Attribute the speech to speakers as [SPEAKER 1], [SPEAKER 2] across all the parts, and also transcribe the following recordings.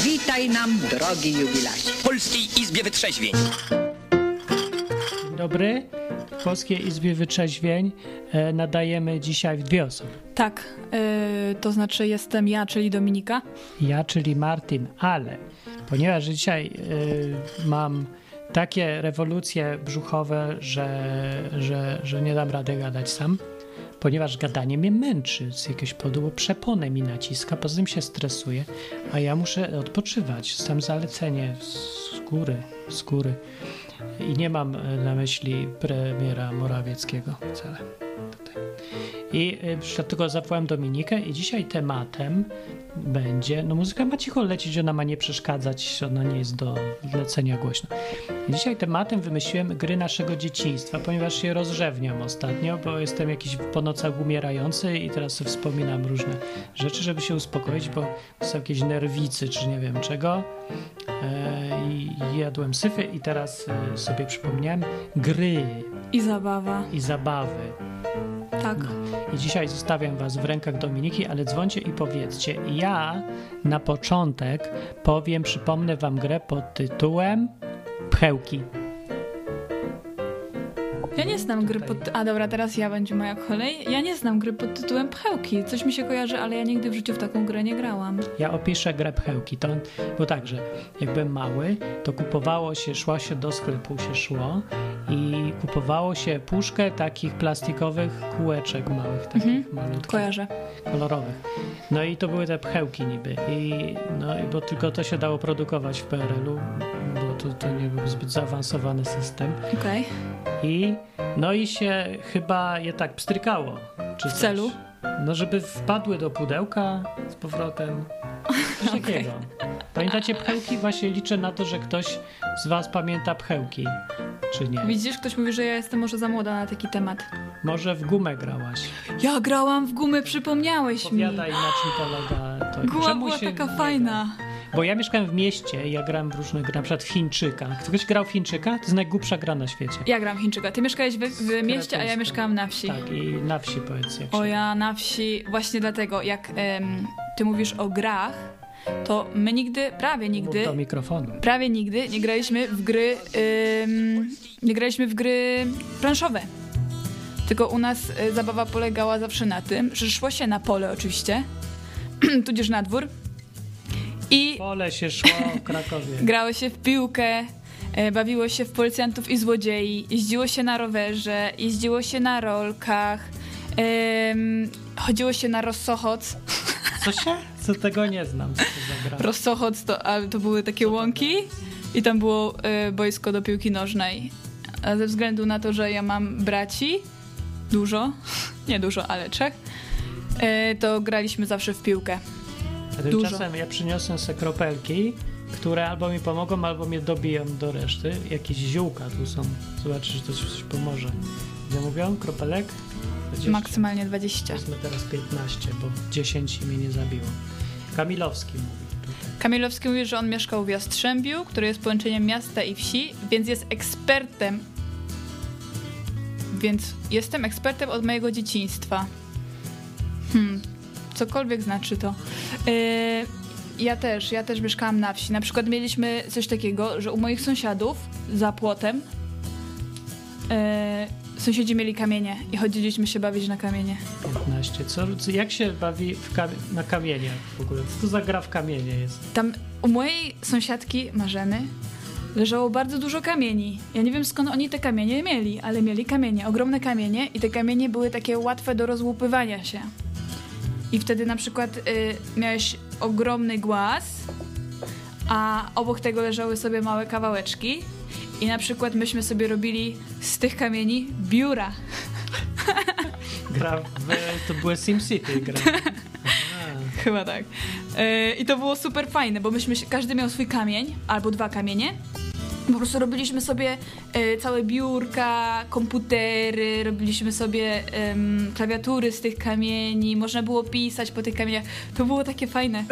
[SPEAKER 1] Witaj nam, drogi jubilasie.
[SPEAKER 2] Polskiej Izbie Wytrzeźwień.
[SPEAKER 3] Dzień dobry. W Polskiej Izbie Wytrzeźwień e, nadajemy dzisiaj w dwie osoby.
[SPEAKER 4] Tak, y, to znaczy jestem ja, czyli Dominika.
[SPEAKER 3] Ja, czyli Martin, ale ponieważ dzisiaj e, mam takie rewolucje brzuchowe, że, że, że nie dam rady gadać sam, ponieważ gadanie mnie męczy z jakiegoś powodu, bo przeponę mi naciska, poza tym się stresuję, a ja muszę odpoczywać. Sam zalecenie z góry, z góry. I nie mam e, na myśli premiera Morawieckiego wcale. Tutaj. I y, dlatego zawołałem Dominikę i dzisiaj tematem będzie, no muzyka ma cicho lecieć, ona ma nie przeszkadzać, ona nie jest do lecenia głośno. Dzisiaj tematem wymyśliłem gry naszego dzieciństwa, ponieważ się rozrzewniam ostatnio, bo jestem jakiś po nocach umierający i teraz sobie wspominam różne rzeczy, żeby się uspokoić, bo są jakieś nerwicy czy nie wiem czego. E, I jadłem syfy i teraz e, sobie przypomniałem gry
[SPEAKER 4] I zabawa,
[SPEAKER 3] i zabawy.
[SPEAKER 4] tak.
[SPEAKER 3] I dzisiaj zostawiam Was w rękach Dominiki, ale dzwońcie i powiedzcie. Ja na początek powiem, przypomnę Wam grę pod tytułem Pchełki.
[SPEAKER 4] Ja nie znam gry pod... A dobra, teraz ja będzie moja kolej. Ja nie znam gry pod tytułem Pchełki. Coś mi się kojarzy, ale ja nigdy w życiu w taką grę nie grałam.
[SPEAKER 3] Ja opiszę grę pchełki. To, bo tak, że jak byłem mały, to kupowało się, szło się do sklepu, się szło i kupowało się puszkę takich plastikowych kółeczek małych, takich
[SPEAKER 5] Mhm.
[SPEAKER 3] malutkich.
[SPEAKER 4] Kojarzę.
[SPEAKER 3] kolorowych. No i to były te pchełki niby. I, no, i bo tylko to się dało produkować w PRL-u, bo to, to nie był zbyt zaawansowany system.
[SPEAKER 4] Okej.
[SPEAKER 3] I no i się chyba je tak pstrykało. Czy w
[SPEAKER 4] celu?
[SPEAKER 3] No, żeby wpadły do pudełka z powrotem. Coś takiego. Pamiętacie pchełki? Właśnie liczę na to, że ktoś z was pamięta pchełki. Czy nie?
[SPEAKER 4] Widzisz, ktoś mówi, że ja jestem może za młoda na taki temat.
[SPEAKER 3] Może w gumę grałaś.
[SPEAKER 4] Ja grałam w gumy, przypomniałeś mi.
[SPEAKER 3] Powiadaj, na czym polega to.
[SPEAKER 4] Guma
[SPEAKER 3] Czemu
[SPEAKER 4] była
[SPEAKER 3] się
[SPEAKER 4] taka
[SPEAKER 3] nie
[SPEAKER 4] fajna.
[SPEAKER 3] gra? Bo ja mieszkałem w mieście i ja grałem w różne gry, na przykład w Chińczyka. Ktoś grał w Chińczyka? To jest najgłupsza gra na świecie.
[SPEAKER 4] Ja gram Chińczyka. Ty mieszkałeś w, w mieście, a ja mieszkałam na wsi.
[SPEAKER 3] Tak, i na wsi powiedz jak
[SPEAKER 4] O
[SPEAKER 3] się...
[SPEAKER 4] ja na wsi, właśnie dlatego, jak em, ty mówisz o grach, to my nigdy, prawie
[SPEAKER 3] Mów
[SPEAKER 4] nigdy,
[SPEAKER 3] Do mikrofonu.
[SPEAKER 4] prawie nigdy nie graliśmy w gry, em, nie graliśmy w gry planszowe. Tylko u nas e, zabawa polegała zawsze na tym, że szło się na pole oczywiście, tudzież na dwór i
[SPEAKER 3] Pole się szło w Krakowie.
[SPEAKER 4] grało się w piłkę, e, bawiło się w policjantów i złodziei, jeździło się na rowerze, jeździło się na rolkach, em, chodziło się na rozsochoc.
[SPEAKER 3] Co się? Co tego nie znam, co to za gra.
[SPEAKER 4] Rozsochoc to, a, to były takie łąki i tam było e, boisko do piłki nożnej. A ze względu na to, że ja mam braci, dużo, nie dużo, ale trzech, e, to graliśmy zawsze w piłkę.
[SPEAKER 3] A tymczasem ja przyniosłem sobie kropelki, które albo mi pomogą, albo mnie dobiją do reszty. Jakieś ziółka tu są. Zobaczysz, to ci coś pomoże. Ja mówią? Kropelek? Dwadzieścia.
[SPEAKER 4] Maksymalnie 20.
[SPEAKER 3] Powiedzmy teraz 15, bo 10 mnie nie zabiło. Kamilowski mówi. tutaj.
[SPEAKER 4] Kamilowski mówi, że on mieszkał w Jastrzębiu, który jest połączeniem miasta i wsi, więc jest ekspertem. Więc jestem ekspertem od mojego dzieciństwa. Hmm, cokolwiek znaczy to. Yy, ja też, ja też mieszkałam na wsi. Na przykład mieliśmy coś takiego, że u moich sąsiadów za płotem yy, sąsiedzi mieli kamienie i chodziliśmy się bawić na kamienie.
[SPEAKER 3] 15. Co, co- jak się bawi w kam- na kamieniach w ogóle? Co to za gra w kamienie jest?
[SPEAKER 4] Tam u mojej sąsiadki Marzeny leżało bardzo dużo kamieni. Ja nie wiem skąd oni te kamienie mieli, ale mieli kamienie, ogromne kamienie i te kamienie były takie łatwe do rozłupywania się. I wtedy na przykład y, miałeś ogromny głaz, a obok tego leżały sobie małe kawałeczki i na przykład myśmy sobie robili z tych kamieni biura.
[SPEAKER 3] Gra w, to były SimCity gra.
[SPEAKER 4] Chyba tak. Yy, I to było super fajne, bo myśmy się, każdy miał swój kamień albo dwa kamienie. Po prostu robiliśmy sobie yy, całe biurka, komputery, robiliśmy sobie em, klawiatury z tych kamieni, można było pisać po tych kamieniach. To było takie fajne.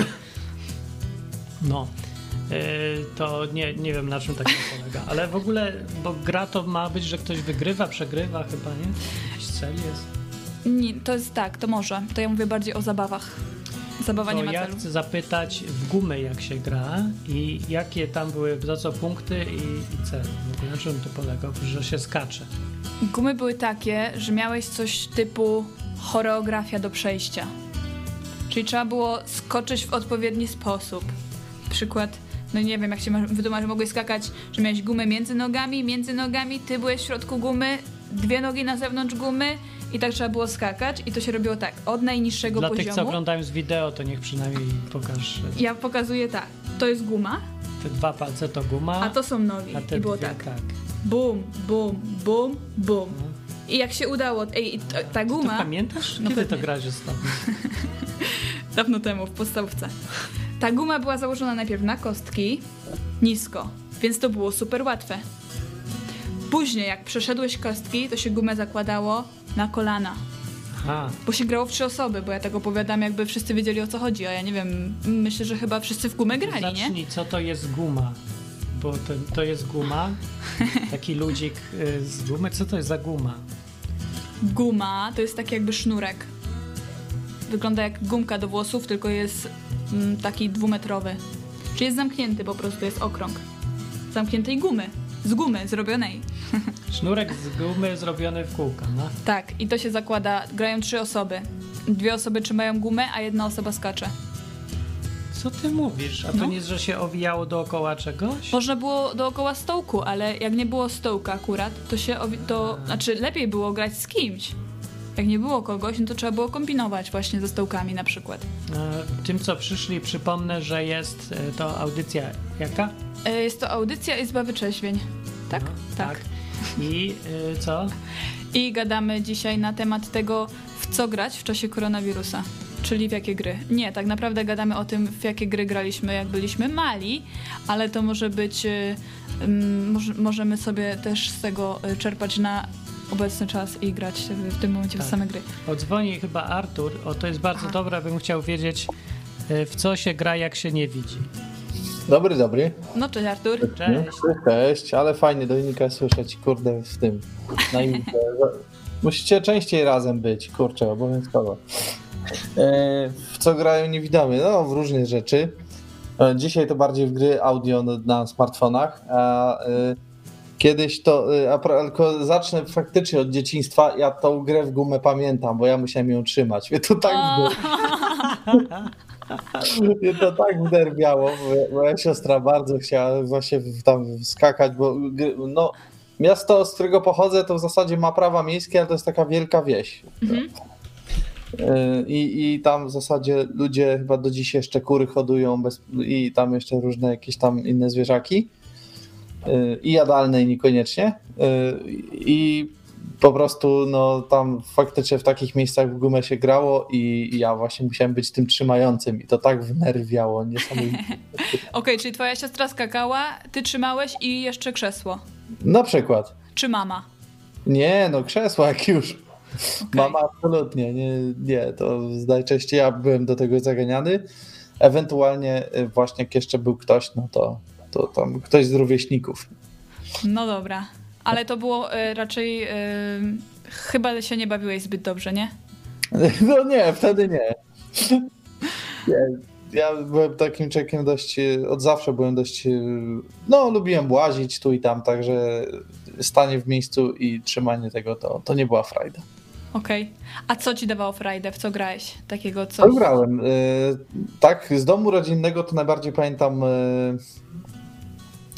[SPEAKER 3] No. Y, To nie, nie wiem na czym tak to polega, ale w ogóle, bo gra to ma być, że ktoś wygrywa, przegrywa chyba, nie? Jakiś cel jest.
[SPEAKER 4] Nie, to jest tak, to może. To ja mówię bardziej o zabawach. Zabawa nie
[SPEAKER 3] To
[SPEAKER 4] ma
[SPEAKER 3] ja
[SPEAKER 4] celu.
[SPEAKER 3] chcę zapytać w gumy jak się gra i jakie tam były za co punkty i, i cel. W ogóle na czym to polegał, że się skacze.
[SPEAKER 4] Gumy były takie, że miałeś coś typu choreografia do przejścia. Czyli trzeba było skoczyć w odpowiedni sposób. Przykład, no nie wiem, jak się ma- wytłumaczy, że mogłeś skakać, że miałeś gumę między nogami, między nogami, ty byłeś w środku gumy, dwie nogi na zewnątrz gumy i tak trzeba było skakać i to się robiło tak, od najniższego
[SPEAKER 3] Dla tych, co
[SPEAKER 4] poziomu.
[SPEAKER 3] oglądają z wideo, to niech przynajmniej pokaż.
[SPEAKER 4] ja pokazuję tak, to jest guma,
[SPEAKER 3] Te dwa palce to guma,
[SPEAKER 4] a to są nogi.
[SPEAKER 3] a te
[SPEAKER 4] I było
[SPEAKER 3] dwie,
[SPEAKER 4] tak. Bum, bum, bum, bum. I jak się udało, ej, i t- ta
[SPEAKER 3] No. To tak
[SPEAKER 4] guma...
[SPEAKER 3] pamiętasz?
[SPEAKER 4] No
[SPEAKER 3] Kiedy to
[SPEAKER 4] pewnie.
[SPEAKER 3] grałeś ostatnio?
[SPEAKER 4] dawno temu w podstawce. Ta guma była założona najpierw na kostki, nisko, więc to było super łatwe. Później, jak przeszedłeś kostki, to się gumę zakładało na kolana,
[SPEAKER 3] Aha,
[SPEAKER 4] bo się grało w trzy osoby, bo ja tak opowiadam, jakby wszyscy wiedzieli o co chodzi, a ja nie wiem, myślę, że chyba wszyscy w gumę grali, nie?
[SPEAKER 3] zacznij, co to jest guma? Bo to, to jest guma, taki ludzik y, z gumy. Co to jest za guma?
[SPEAKER 4] Guma to jest taki jakby sznurek. Wygląda jak gumka do włosów, tylko jest mm, taki dwumetrowy. Czyli jest zamknięty po prostu, jest okrąg. Zamkniętej gumy, z gumy zrobionej.
[SPEAKER 3] Sznurek z gumy zrobiony w kółka, no.
[SPEAKER 4] Tak, i to się zakłada, grają trzy osoby. Dwie osoby trzymają gumę, a jedna osoba skacze.
[SPEAKER 3] Co ty mówisz? A to
[SPEAKER 4] No.
[SPEAKER 3] nie jest, że się owijało dookoła czegoś?
[SPEAKER 4] Można było dookoła stołku, ale jak nie było stołka akurat, to się, owi- to, znaczy lepiej było grać z kimś. Jak nie było kogoś, no to trzeba było kombinować właśnie ze stołkami na przykład.
[SPEAKER 3] E, Tym, co przyszli, przypomnę, że jest e, to audycja jaka?
[SPEAKER 4] E, Jest to audycja Izba Wyczeźwień. Tak?
[SPEAKER 3] No,
[SPEAKER 4] tak.
[SPEAKER 3] I y, co?
[SPEAKER 4] I gadamy dzisiaj na temat tego, w co grać w czasie koronawirusa. Czyli w jakie gry. Nie, tak naprawdę gadamy o tym, w jakie gry graliśmy, jak byliśmy mali, ale to może być. y, mm, moż- możemy sobie też z tego y, czerpać na obecny czas i grać w, w tym momencie
[SPEAKER 3] Tak.
[SPEAKER 4] w same gry. Tak.
[SPEAKER 3] Odzwoni chyba Artur. O, to jest bardzo
[SPEAKER 4] Aha.
[SPEAKER 3] dobre, bym chciał wiedzieć, y, w co się gra, jak się nie widzi.
[SPEAKER 6] Dobry, dobry. Mhm.
[SPEAKER 4] No cześć Artur.
[SPEAKER 3] Cześć.
[SPEAKER 6] Cześć, ale fajnie Dominika słyszeć, kurde, w tym. Na imprezę. Musicie częściej razem być, kurczę, obowiązkowo. E, W co grają niewidomi? No, w różne rzeczy. E, Dzisiaj to bardziej w gry audio na- na smartfonach, a e, kiedyś to, e, a pro- tylko zacznę faktycznie od dzieciństwa, ja tą grę w gumę pamiętam, bo ja musiałem ją trzymać. Mnie to tak
[SPEAKER 4] O,
[SPEAKER 6] było. Mnie to tak wderbiało, bo moja siostra bardzo chciała właśnie w- tam skakać, bo gry- no, miasto, z którego pochodzę, to w zasadzie ma prawa miejskie, ale to jest taka wielka wieś.
[SPEAKER 4] Mhm.
[SPEAKER 6] Y, I, I tam w zasadzie ludzie chyba do dziś jeszcze kury hodują bez, i tam jeszcze różne jakieś tam inne zwierzaki. Y, I jadalne i niekoniecznie. Y, I po prostu no, tam faktycznie w takich miejscach w gumę się grało i ja właśnie musiałem być tym trzymającym i to tak wnerwiało niesamowicie.
[SPEAKER 4] Okej, czyli twoja siostra skakała, ty trzymałeś i jeszcze krzesło.
[SPEAKER 6] Na przykład.
[SPEAKER 4] Czy mama?
[SPEAKER 6] Nie, no krzesło jak już.
[SPEAKER 4] Okej.
[SPEAKER 6] Mama absolutnie, nie, nie, to najczęściej ja byłem do tego zaganiany. Ewentualnie y, właśnie jak jeszcze był ktoś, no to, to tam ktoś z rówieśników.
[SPEAKER 4] No dobra. Ale to było y, raczej. Y, chyba się nie bawiłeś zbyt dobrze, nie?
[SPEAKER 6] No nie, wtedy nie. nie. Ja byłem takim człowiekiem dość, y, od zawsze byłem dość, y, no lubiłem łazić tu i tam, także stanie w miejscu i trzymanie tego to, to nie była frajda.
[SPEAKER 4] Okej. A co ci dawało frajdę? W co grałeś? Takiego co?
[SPEAKER 6] Co grałem? Y, Tak, z domu rodzinnego to najbardziej pamiętam y,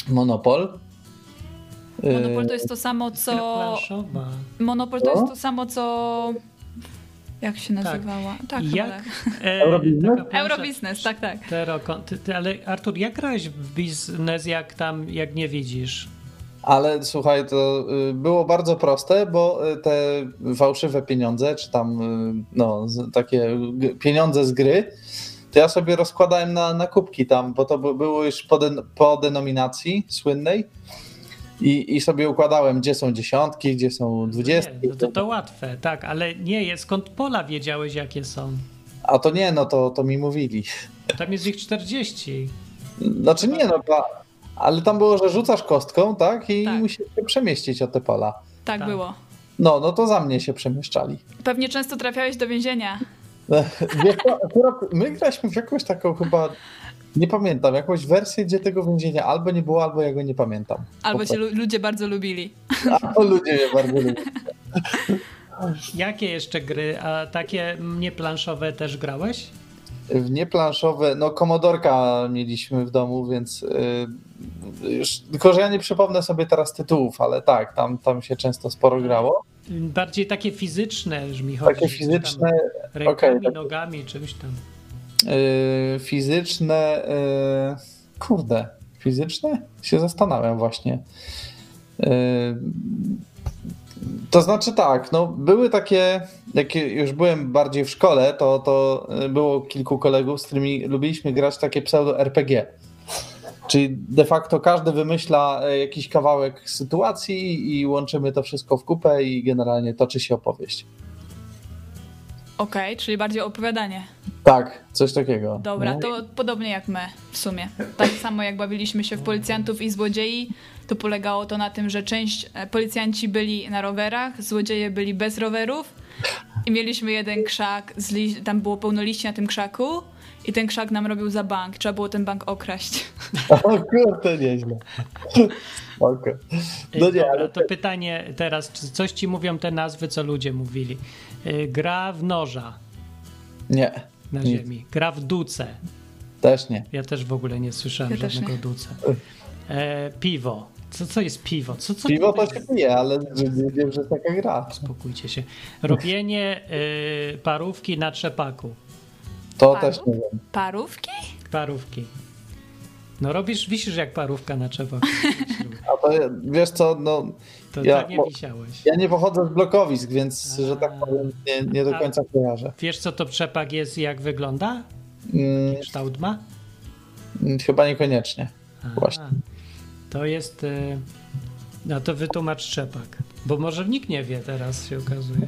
[SPEAKER 6] Monopol. Y,
[SPEAKER 4] Monopol to jest to samo co.
[SPEAKER 3] Eee, Planszowa.
[SPEAKER 4] Monopol to
[SPEAKER 6] Co?
[SPEAKER 4] jest to samo co. Jak się nazywała? Tak, tak. chyba
[SPEAKER 3] Jak?
[SPEAKER 4] tak.
[SPEAKER 3] e,
[SPEAKER 6] Eurobiznes?
[SPEAKER 3] taka plansza-
[SPEAKER 4] Eurobiznes, tak, tak.
[SPEAKER 3] Czterokąt- Ty, ty, ale Artur, jak grałeś w biznes, jak tam, jak nie widzisz?
[SPEAKER 6] Ale słuchaj, to y, było bardzo proste, bo y, te fałszywe pieniądze, czy tam y, no, z- takie g- pieniądze z gry, to ja sobie rozkładałem na, na kubki tam, bo to by- było już po, den, po denominacji słynnej. I, I sobie układałem, gdzie są dziesiątki, gdzie są dwudziestki.
[SPEAKER 3] Nie, no to, to łatwe, tak, ale nie jest. Skąd pola wiedziałeś, jakie są?
[SPEAKER 6] A to nie, no to, to mi mówili.
[SPEAKER 3] Tam jest ich 40.
[SPEAKER 6] Znaczy nie, no pa, ale tam było, że rzucasz kostką, tak? I
[SPEAKER 4] Tak.
[SPEAKER 6] musisz się przemieścić o te pola.
[SPEAKER 4] Tak
[SPEAKER 3] Tak.
[SPEAKER 4] było.
[SPEAKER 6] No, no to za mnie się przemieszczali.
[SPEAKER 4] Pewnie często trafiałeś do więzienia.
[SPEAKER 6] E, Wiesz co, akurat my graliśmy w jakąś taką chyba, nie pamiętam, jakąś wersję, gdzie tego więzienia albo nie było, albo ja go nie pamiętam.
[SPEAKER 7] Albo
[SPEAKER 6] Po
[SPEAKER 7] cię lu- ludzie bardzo lubili.
[SPEAKER 6] prostu. Albo ludzie mnie bardzo lubią.
[SPEAKER 3] Jakie jeszcze gry, a takie nieplanszowe też grałeś?
[SPEAKER 6] W nieplanszowe, no komodorka mieliśmy w domu, więc y, już, tylko, że ja nie przypomnę sobie teraz tytułów, ale tak, tam, tam się często sporo grało.
[SPEAKER 3] Bardziej takie fizyczne, już mi chodzi.
[SPEAKER 6] Takie
[SPEAKER 3] że tam
[SPEAKER 6] fizyczne,
[SPEAKER 3] Rękami,
[SPEAKER 6] okej, tak.
[SPEAKER 3] nogami, czymś tam.
[SPEAKER 6] y, fizyczne, y, kurde, fizyczne? Się zastanawiam właśnie. Y, to znaczy tak, no były takie, jak już byłem bardziej w szkole, to, to y, było kilku kolegów, z którymi lubiliśmy grać takie pseudo-RPG. Czyli de facto każdy wymyśla y, jakiś kawałek sytuacji i łączymy to wszystko w kupę i generalnie toczy się opowieść.
[SPEAKER 4] Okej, czyli bardziej opowiadanie.
[SPEAKER 6] Tak, coś takiego.
[SPEAKER 4] Dobra,
[SPEAKER 6] No.
[SPEAKER 4] to podobnie jak my w sumie. Tak samo jak bawiliśmy się w policjantów i złodziei, to polegało to na tym, że część e, policjanci byli na rowerach, złodzieje byli bez rowerów i mieliśmy jeden krzak, z li- tam było pełno liści na tym krzaku i ten krzak nam robił za bank. Trzeba było ten bank okraść.
[SPEAKER 6] O kurde, nieźle. Okej. No nie,
[SPEAKER 3] Dobra,
[SPEAKER 6] ale
[SPEAKER 3] to pytanie teraz, czy coś ci mówią te nazwy, co ludzie mówili? Y, Gra w noża
[SPEAKER 6] nie,
[SPEAKER 3] na
[SPEAKER 6] Nic.
[SPEAKER 3] ziemi, gra w duce.
[SPEAKER 6] też nie.
[SPEAKER 3] Ja też w ogóle nie słyszałem
[SPEAKER 4] Ja też
[SPEAKER 3] żadnego
[SPEAKER 4] nie.
[SPEAKER 3] duca. E, piwo. Co, co jest piwo? No Co, co
[SPEAKER 6] Piwo
[SPEAKER 3] tutaj
[SPEAKER 6] to się
[SPEAKER 3] jest?
[SPEAKER 6] pije, ale że nie wiem, że jest taka gra.
[SPEAKER 3] Spokójcie się. Robienie y, parówki na trzepaku.
[SPEAKER 6] To
[SPEAKER 4] Paru?
[SPEAKER 6] też nie wiem.
[SPEAKER 4] Parówki?
[SPEAKER 3] Parówki. No robisz, wisisz jak parówka na trzepaku.
[SPEAKER 6] A to wiesz co, no
[SPEAKER 3] To
[SPEAKER 6] Ja-
[SPEAKER 3] tak nie
[SPEAKER 6] bo-
[SPEAKER 3] wisiałeś.
[SPEAKER 6] ja nie pochodzę z blokowisk, więc
[SPEAKER 3] A.
[SPEAKER 6] że tak powiem nie, nie do
[SPEAKER 3] A.
[SPEAKER 6] końca kojarzę.
[SPEAKER 3] Wiesz co to trzepak jest i jak wygląda?
[SPEAKER 6] Mm,
[SPEAKER 3] Kształt ma?
[SPEAKER 6] mm, chyba niekoniecznie.
[SPEAKER 3] Aha.
[SPEAKER 6] Właśnie.
[SPEAKER 3] To jest. y, No to wytłumacz trzepak. Bo może nikt nie wie teraz, się okazuje.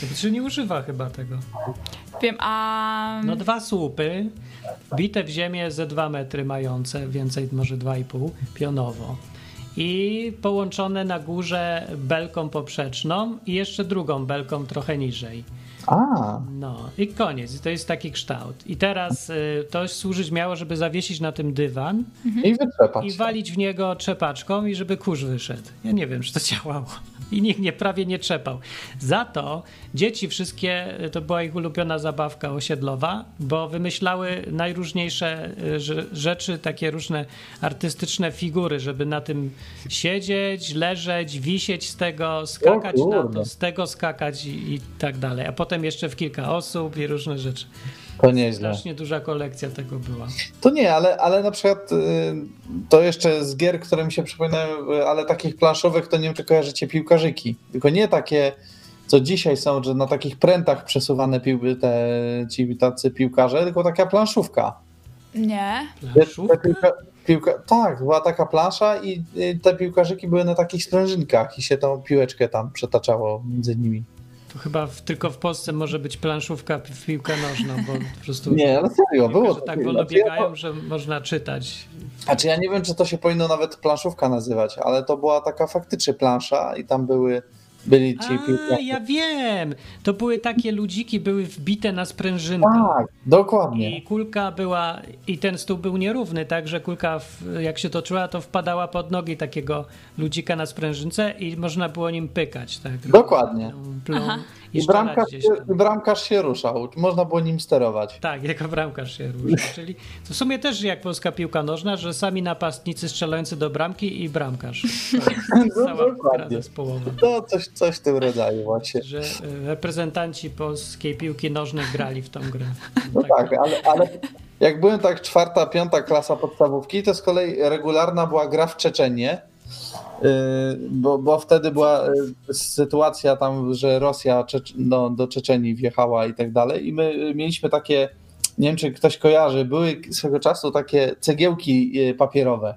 [SPEAKER 3] To Czy nie używa chyba tego?
[SPEAKER 4] Wiem, a...
[SPEAKER 3] No dwa słupy, bite w ziemię ze dwa metry mające, więcej może dwa i pół, pionowo. I połączone na górze belką poprzeczną i jeszcze drugą belką trochę niżej.
[SPEAKER 6] A,
[SPEAKER 3] No i koniec. I to jest taki kształt. I teraz y, to służyć miało, żeby zawiesić na tym dywan
[SPEAKER 6] i wytrzepać.
[SPEAKER 3] i walić w niego trzepaczką i żeby kurz wyszedł. Ja nie wiem, czy to działało. I nikt nie, prawie nie trzepał. Za to dzieci wszystkie, to była ich ulubiona zabawka osiedlowa, bo wymyślały najróżniejsze y, rze- rzeczy, takie różne artystyczne figury, żeby na tym siedzieć, leżeć, wisieć z tego, skakać na
[SPEAKER 6] kurde.
[SPEAKER 3] to, z tego skakać i, i tak dalej. A potem jeszcze w kilka osób i różne rzeczy.
[SPEAKER 6] To nieźle.
[SPEAKER 3] Strasznie duża kolekcja tego była.
[SPEAKER 6] To nie, ale, ale na przykład y, to jeszcze z gier, które mi się przypominają, y, ale takich planszowych, to nie wiem, czy kojarzycie piłkarzyki. Tylko nie takie, co dzisiaj są, że na takich prętach przesuwane piłby te, ci tacy piłkarze, tylko taka planszówka.
[SPEAKER 4] Nie.
[SPEAKER 3] Planszówka?
[SPEAKER 6] Te Piłka, piłka, tak, była taka plansza i y, te piłkarzyki były na takich sprężynkach i się tą piłeczkę tam przetaczało między nimi.
[SPEAKER 3] To chyba w, tylko w Polsce może być planszówka pi- w piłkę nożną, bo po prostu
[SPEAKER 6] Nie, ale serio, było
[SPEAKER 3] że
[SPEAKER 6] to.
[SPEAKER 3] tak wolno
[SPEAKER 6] Znaczy ja to-
[SPEAKER 3] biegają, że można czytać.
[SPEAKER 6] Znaczy ja nie wiem, czy to się powinno nawet planszówka nazywać, ale to była taka faktycznie plansza i tam były byli ci
[SPEAKER 3] A,
[SPEAKER 6] piłkarze.
[SPEAKER 3] ja wiem! To były takie ludziki, były wbite na sprężynkę.
[SPEAKER 6] Tak, dokładnie.
[SPEAKER 3] I kulka była, i ten stół był nierówny, tak, że kulka w, jak się toczyła, to wpadała pod nogi takiego ludzika na sprężynce i można było nim pykać, tak.
[SPEAKER 6] Dokładnie.
[SPEAKER 3] Plum, plum, I
[SPEAKER 6] I
[SPEAKER 3] strzelać
[SPEAKER 6] bramkarz,
[SPEAKER 3] gdzieś
[SPEAKER 6] się,
[SPEAKER 3] tam.
[SPEAKER 6] i bramkarz się ruszał, można było nim sterować.
[SPEAKER 3] Tak, jako bramkarz się różni. Czyli to w sumie też jak polska piłka nożna, że sami napastnicy strzelający do bramki i bramkarz. To jest
[SPEAKER 6] No,
[SPEAKER 3] cała gra
[SPEAKER 6] dokładnie.
[SPEAKER 3] zespołowa.
[SPEAKER 6] To coś, coś w tym rodzaju właśnie.
[SPEAKER 3] Że y, reprezentanci polskiej piłki nożnej grali w tą grę.
[SPEAKER 6] No tak, ale, ale jak byłem tak czwarta, piąta klasa podstawówki, to z kolei regularna była gra w Czeczenie, yy, bo, bo wtedy była yy, sytuacja tam, że Rosja Czecz- no, do Czeczenii wjechała i tak dalej i my yy, mieliśmy takie, nie wiem czy ktoś kojarzy, były swego czasu takie cegiełki yy, papierowe.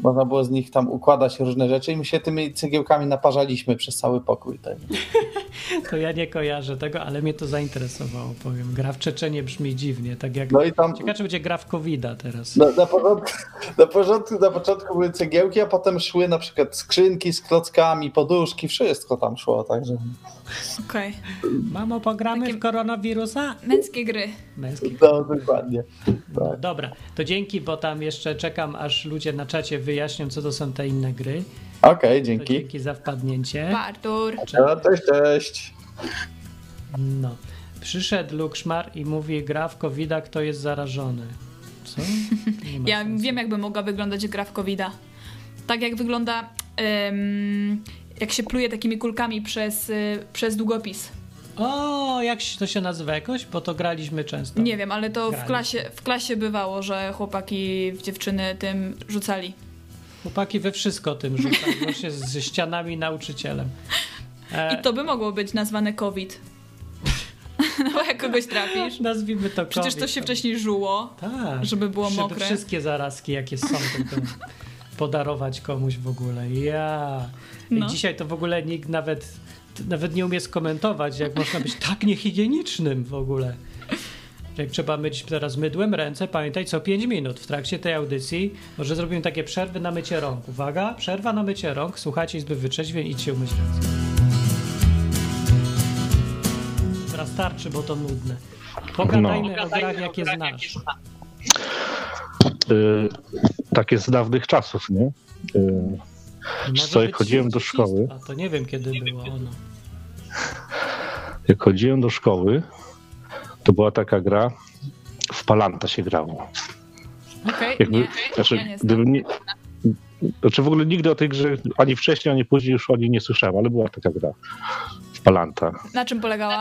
[SPEAKER 6] Można było z nich tam układać różne rzeczy i my się tymi cegiełkami naparzaliśmy przez cały pokój. Tak.
[SPEAKER 3] To ja nie kojarzę tego, ale mnie to zainteresowało, powiem. Gra w Czeczenie brzmi dziwnie, tak jak...
[SPEAKER 6] No i tam
[SPEAKER 3] Ciekawe, czy będzie gra w covid teraz.
[SPEAKER 6] Na, na, początku, Na początku, na początku były cegiełki, a potem szły na przykład skrzynki z klockami, poduszki, wszystko tam szło, także
[SPEAKER 4] Okej.
[SPEAKER 3] Mamo, pogramy
[SPEAKER 4] Takie-
[SPEAKER 3] w koronawirusa?
[SPEAKER 4] Męskie gry.
[SPEAKER 3] Męski.
[SPEAKER 6] no dokładnie. Tak.
[SPEAKER 3] Dobra, to dzięki, bo tam jeszcze czekam, aż ludzie na czacie wyjaśnią, co to są te inne gry.
[SPEAKER 6] Okej,
[SPEAKER 3] To
[SPEAKER 6] dzięki.
[SPEAKER 3] dzięki za wpadnięcie.
[SPEAKER 4] Partur.
[SPEAKER 6] No, cześć, cześć.
[SPEAKER 3] No. Przyszedł Lukszmar i mówi, gra w covid kto jest zarażony. Co? Nie ma
[SPEAKER 4] Ja
[SPEAKER 3] sensu.
[SPEAKER 4] wiem, jakby mogła wyglądać gra w COVID-a. Tak jak wygląda, em, jak się pluje takimi kulkami przez, y, przez długopis.
[SPEAKER 3] O, jak się- to się nazywa jakoś? Bo to graliśmy często.
[SPEAKER 4] Nie wiem, ale to w
[SPEAKER 3] Grali.
[SPEAKER 4] klasie, w klasie bywało, że chłopaki w dziewczyny tym rzucali.
[SPEAKER 3] Chłopaki we wszystko tym rzucają, właśnie z- ze ścianami nauczycielem. E,
[SPEAKER 4] I to by mogło być nazwane COVID. no bo jak kogoś trafisz.
[SPEAKER 3] Nazwijmy to
[SPEAKER 4] Przecież to
[SPEAKER 3] COVID.
[SPEAKER 4] się wcześniej żuło.
[SPEAKER 3] Tak.
[SPEAKER 4] żeby było
[SPEAKER 3] Żeby
[SPEAKER 4] mokre.
[SPEAKER 3] Wszystkie zarazki, jakie są, tylko podarować komuś w ogóle. Ja.
[SPEAKER 4] No.
[SPEAKER 3] I dzisiaj to w ogóle nikt nawet, nawet nie umie skomentować, jak można być tak niehigienicznym w ogóle. Jak trzeba myć teraz mydłem ręce, pamiętaj, co 5 minut w trakcie tej audycji. Może zrobimy takie przerwy na mycie rąk. Uwaga, przerwa na mycie rąk. Słuchajcie Izby Wyczeźwień, idźcie umyć ręce. Teraz starczy, bo to nudne. Pogadajmy o grach, jakie znasz.
[SPEAKER 8] Y, takie z dawnych czasów, nie? Y,
[SPEAKER 3] Może
[SPEAKER 8] co, jak
[SPEAKER 3] być
[SPEAKER 8] chodziłem
[SPEAKER 3] z
[SPEAKER 8] do szkoły.
[SPEAKER 3] dzieciństwa, To nie wiem, kiedy było no. ono.
[SPEAKER 8] Jak chodziłem do szkoły, to była taka gra, w Palanta się grało.
[SPEAKER 4] Okej,
[SPEAKER 8] Jakby,
[SPEAKER 4] nie.
[SPEAKER 8] znaczy,
[SPEAKER 4] ja nie znam.
[SPEAKER 8] gdybym nie, znaczy w ogóle nigdy o tej grze, ani wcześniej, ani później już o niej nie słyszałem, ale była taka gra w Palanta.
[SPEAKER 4] Na czym polegała?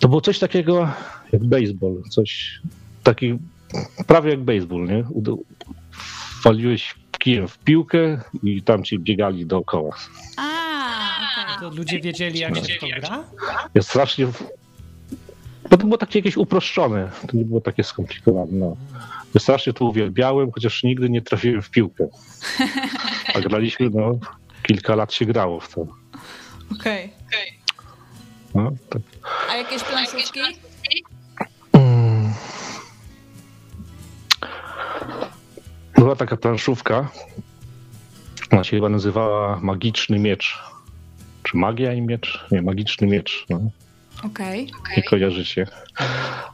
[SPEAKER 8] To było coś takiego jak baseball, coś taki prawie jak baseball, nie? Ud- Waliłeś kijem w piłkę i tam ci biegali dookoła.
[SPEAKER 4] A, okej.
[SPEAKER 3] To ludzie wiedzieli, jak się to gra?
[SPEAKER 8] Ja strasznie. Bo to było takie jakieś uproszczone, to nie było takie skomplikowane. No. Ja strasznie to uwielbiałem, chociaż nigdy nie trafiłem w piłkę. A graliśmy, no, kilka lat się grało w to.
[SPEAKER 4] okej.
[SPEAKER 8] No, tak.
[SPEAKER 4] A jakieś planszówki?
[SPEAKER 8] Była taka planszówka, ona się chyba nazywała Magiczny Miecz. Czy Magia i Miecz? Nie, Magiczny Miecz. No.
[SPEAKER 4] Okej.
[SPEAKER 8] nie kojarzycie.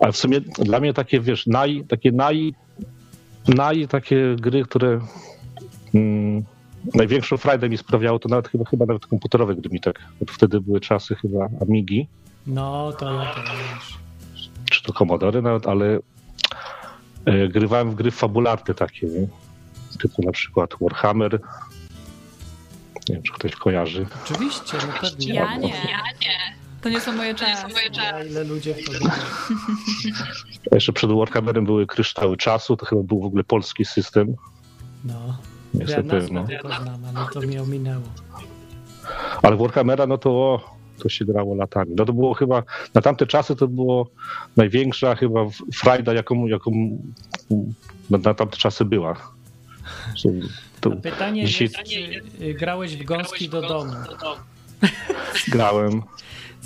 [SPEAKER 8] Ale w sumie dla mnie takie, wiesz, naj, takie naj, naj takie gry, które mm, największą frajdę mi sprawiało, to nawet chyba, chyba nawet komputerowe gry mi tak, bo to wtedy były czasy chyba Amigi,
[SPEAKER 3] No, to ja to już.
[SPEAKER 8] czy to Commodore nawet, ale e, grywałem w gry fabularne takie, nie? typu na przykład Warhammer, nie wiem, czy ktoś kojarzy.
[SPEAKER 3] Oczywiście, no pewnie.
[SPEAKER 4] Ja nie. To nie są moje czasy.
[SPEAKER 3] A ile ludzie w to grają.
[SPEAKER 8] A Jeszcze przed Warhammerem były Kryształy Czasu, to chyba był w ogóle polski system.
[SPEAKER 3] No. Ja
[SPEAKER 8] Niestety,
[SPEAKER 3] nazwę
[SPEAKER 8] no.
[SPEAKER 3] tylko znam, ale to mnie ominęło.
[SPEAKER 8] Ale Warhammera, no to o, to się grało latami. No to było chyba, na tamte czasy to było największa chyba w- frajda, jaką, jaką na, na tamte czasy była. To, to
[SPEAKER 3] Pytanie
[SPEAKER 8] Dzisiaj-
[SPEAKER 3] jest, czy y, grałeś w gąski do domu?
[SPEAKER 8] grałem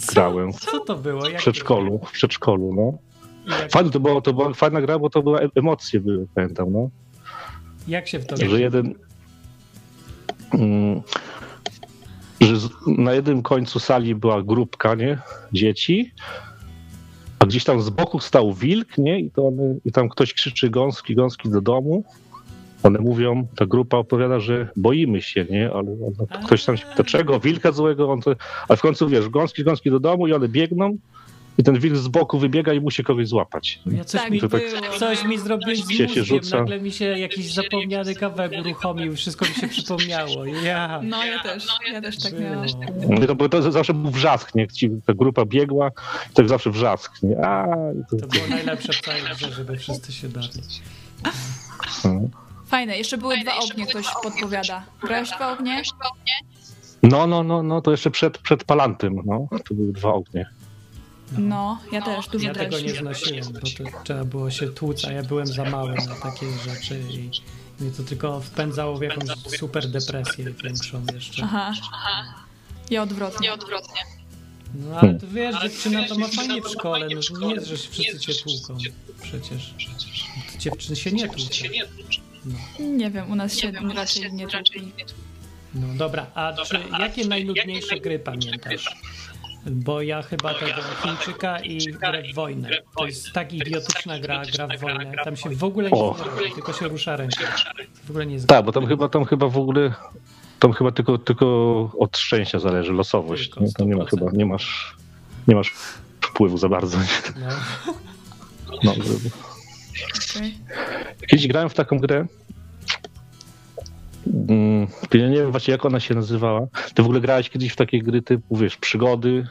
[SPEAKER 8] grałem.
[SPEAKER 3] Co to było? Jak
[SPEAKER 8] w przedszkolu, w przedszkolu, no.
[SPEAKER 3] Jak,
[SPEAKER 8] Fajne to było, to była fajna gra, bo to były emocje, były, pamiętam, no.
[SPEAKER 3] jak się w to
[SPEAKER 8] że
[SPEAKER 3] gra?
[SPEAKER 8] jeden. Mm, że z, na jednym końcu sali była grupka, nie? Dzieci. A gdzieś tam z boku stał wilk, nie? I, to one, i tam ktoś krzyczy gąski, gąski do domu. One mówią, ta grupa opowiada, że boimy się, nie? Ale on- no,
[SPEAKER 3] A.
[SPEAKER 8] ktoś tam się pyta, czego? Wilka złego? On to, ale w końcu wiesz, gąski, gąski do domu i one biegną. I ten wilk z boku wybiega i musi kogoś złapać.
[SPEAKER 3] Ja coś,
[SPEAKER 4] Tak
[SPEAKER 3] mi,
[SPEAKER 8] To tak-
[SPEAKER 4] było.
[SPEAKER 3] coś mi zrobiłeś z
[SPEAKER 8] Się- się
[SPEAKER 3] mózgiem,
[SPEAKER 8] rzuca.
[SPEAKER 3] nagle mi się jakiś zapomniany kawałek uruchomił, wszystko mi się przypomniało. Ja.
[SPEAKER 4] No ja też, ja też tak
[SPEAKER 3] Było.
[SPEAKER 4] miałam.
[SPEAKER 8] No To, bo to zawsze był wrzask, nie? Ci, ta grupa biegła, i tak zawsze wrzask. Nie? A, i
[SPEAKER 3] To
[SPEAKER 8] to,
[SPEAKER 3] było najlepsze w całej grze, żeby wszyscy się bawili.
[SPEAKER 8] no.
[SPEAKER 4] Fajne, jeszcze były dwa ognie, ktoś podpowiada. Grałeś w dwa ognie?
[SPEAKER 8] no, no, no, no, to jeszcze przed, przed Palantym, no, to były dwa ognie.
[SPEAKER 4] No, ja też, dużo
[SPEAKER 3] Ja tego
[SPEAKER 4] też.
[SPEAKER 3] nie znosiłem, bo to trzeba było się tłuc, a ja byłem za mały na takie rzeczy i mnie to tylko wpędzało w jakąś super depresję większą jeszcze.
[SPEAKER 4] Aha. Ja odwrotnie.
[SPEAKER 3] No
[SPEAKER 8] Hmm.
[SPEAKER 3] ale to wiesz, dziewczyna to ma fajnie w szkole, no No, to nie, że wszyscy cię tłuką przecież. Dziewczyn się nie tłucze.
[SPEAKER 4] Nie wiem, u nas się
[SPEAKER 9] Nie wiem, u nas
[SPEAKER 4] raczej
[SPEAKER 9] się
[SPEAKER 4] nie
[SPEAKER 9] raczej
[SPEAKER 4] tłupi.
[SPEAKER 9] nie
[SPEAKER 3] No dobra, a czy, jakie najludniejsze gry pamiętasz? Bo ja chyba tego Chińczyka i grę w wojnę. To jest tak idiotyczna gra, gra w wojnę. Tam się w ogóle
[SPEAKER 8] O.
[SPEAKER 3] nic nie robi, tylko się rusza ręką. W ogóle nie
[SPEAKER 8] Tak, bo tam chyba, tam chyba w ogóle. Tam chyba tylko, tylko od szczęścia zależy losowość.
[SPEAKER 3] Tylko,
[SPEAKER 8] nie? Tam nie ma
[SPEAKER 3] 100%.
[SPEAKER 8] chyba, nie masz, nie masz wpływu za bardzo. nie?
[SPEAKER 3] No.
[SPEAKER 8] No, żeby-
[SPEAKER 4] Okej.
[SPEAKER 8] Kiedyś grałem w taką grę. Mm, Ja nie wiem właśnie jak ona się nazywała. Ty w ogóle grałeś kiedyś w takie gry typu, wiesz, przygody,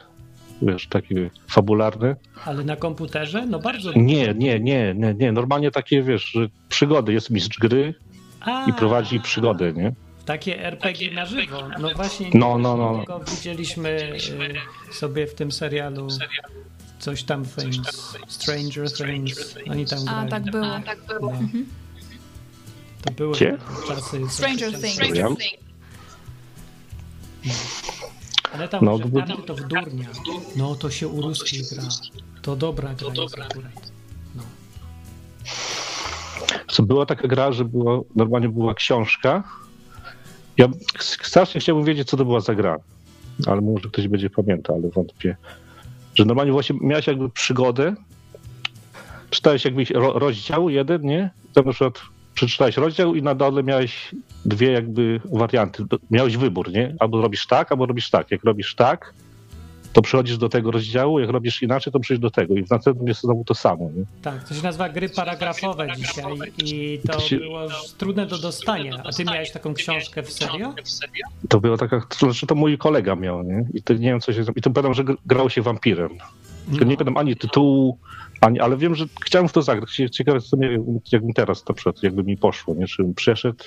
[SPEAKER 8] wiesz, takie fabularne.
[SPEAKER 3] Ale na komputerze? No bardzo.
[SPEAKER 8] Nie, nie, nie, nie, nie. Normalnie takie, wiesz, że przygody. Jest mistrz gry
[SPEAKER 3] A,
[SPEAKER 8] i prowadzi przygodę, nie?
[SPEAKER 3] Takie RPG na żywo. No właśnie.
[SPEAKER 8] No, no, no.
[SPEAKER 3] Tylko widzieliśmy y, sobie w tym serialu coś tam Things, Stranger Things. Oni tam
[SPEAKER 4] A,
[SPEAKER 3] grali. No.
[SPEAKER 4] tak było.
[SPEAKER 9] Tak było.
[SPEAKER 3] To były
[SPEAKER 8] Gdzie?
[SPEAKER 3] czasy. co
[SPEAKER 4] Stranger
[SPEAKER 3] się-
[SPEAKER 4] Things.
[SPEAKER 8] Ja-
[SPEAKER 3] Ale tam
[SPEAKER 8] No,
[SPEAKER 3] no,
[SPEAKER 8] bo-
[SPEAKER 3] to w durnia. No to się u ruskiej gra. To dobra gra jest akurat.
[SPEAKER 8] Co była taka gra, że było, normalnie była książka. Ja strasznie chciałbym wiedzieć, co to była za gra, ale może ktoś będzie pamiętał, ale wątpię. Że normalnie właśnie miałeś jakby przygodę, czytałeś jakby ro- rozdział jeden, nie? Tam na przykład przeczytałeś rozdział i na dole miałeś dwie jakby warianty. Do- Miałeś wybór, nie? Albo robisz tak, albo robisz tak. Jak robisz tak, to przechodzisz do tego rozdziału, jak robisz inaczej, to przyjdziesz do tego. I w następnym jest znowu to samo, nie?
[SPEAKER 3] Tak, to się nazywa gry paragrafowe dzisiaj i to
[SPEAKER 8] To się-
[SPEAKER 3] było już trudne do dostania. A ty miałeś taką książkę w serio?
[SPEAKER 8] To była taka, to znaczy to mój kolega miał, nie? I to nie wiem, co się I to pamiętam, że gr- grał się wampirem. Tylko nie pamiętam ani tytułu, ani, ale wiem, że chciałem w to zagrać. Cie- Ciekawe, co mnie, jakbym teraz to przed, jakby mi poszło, nie? Czy bym przeszedł.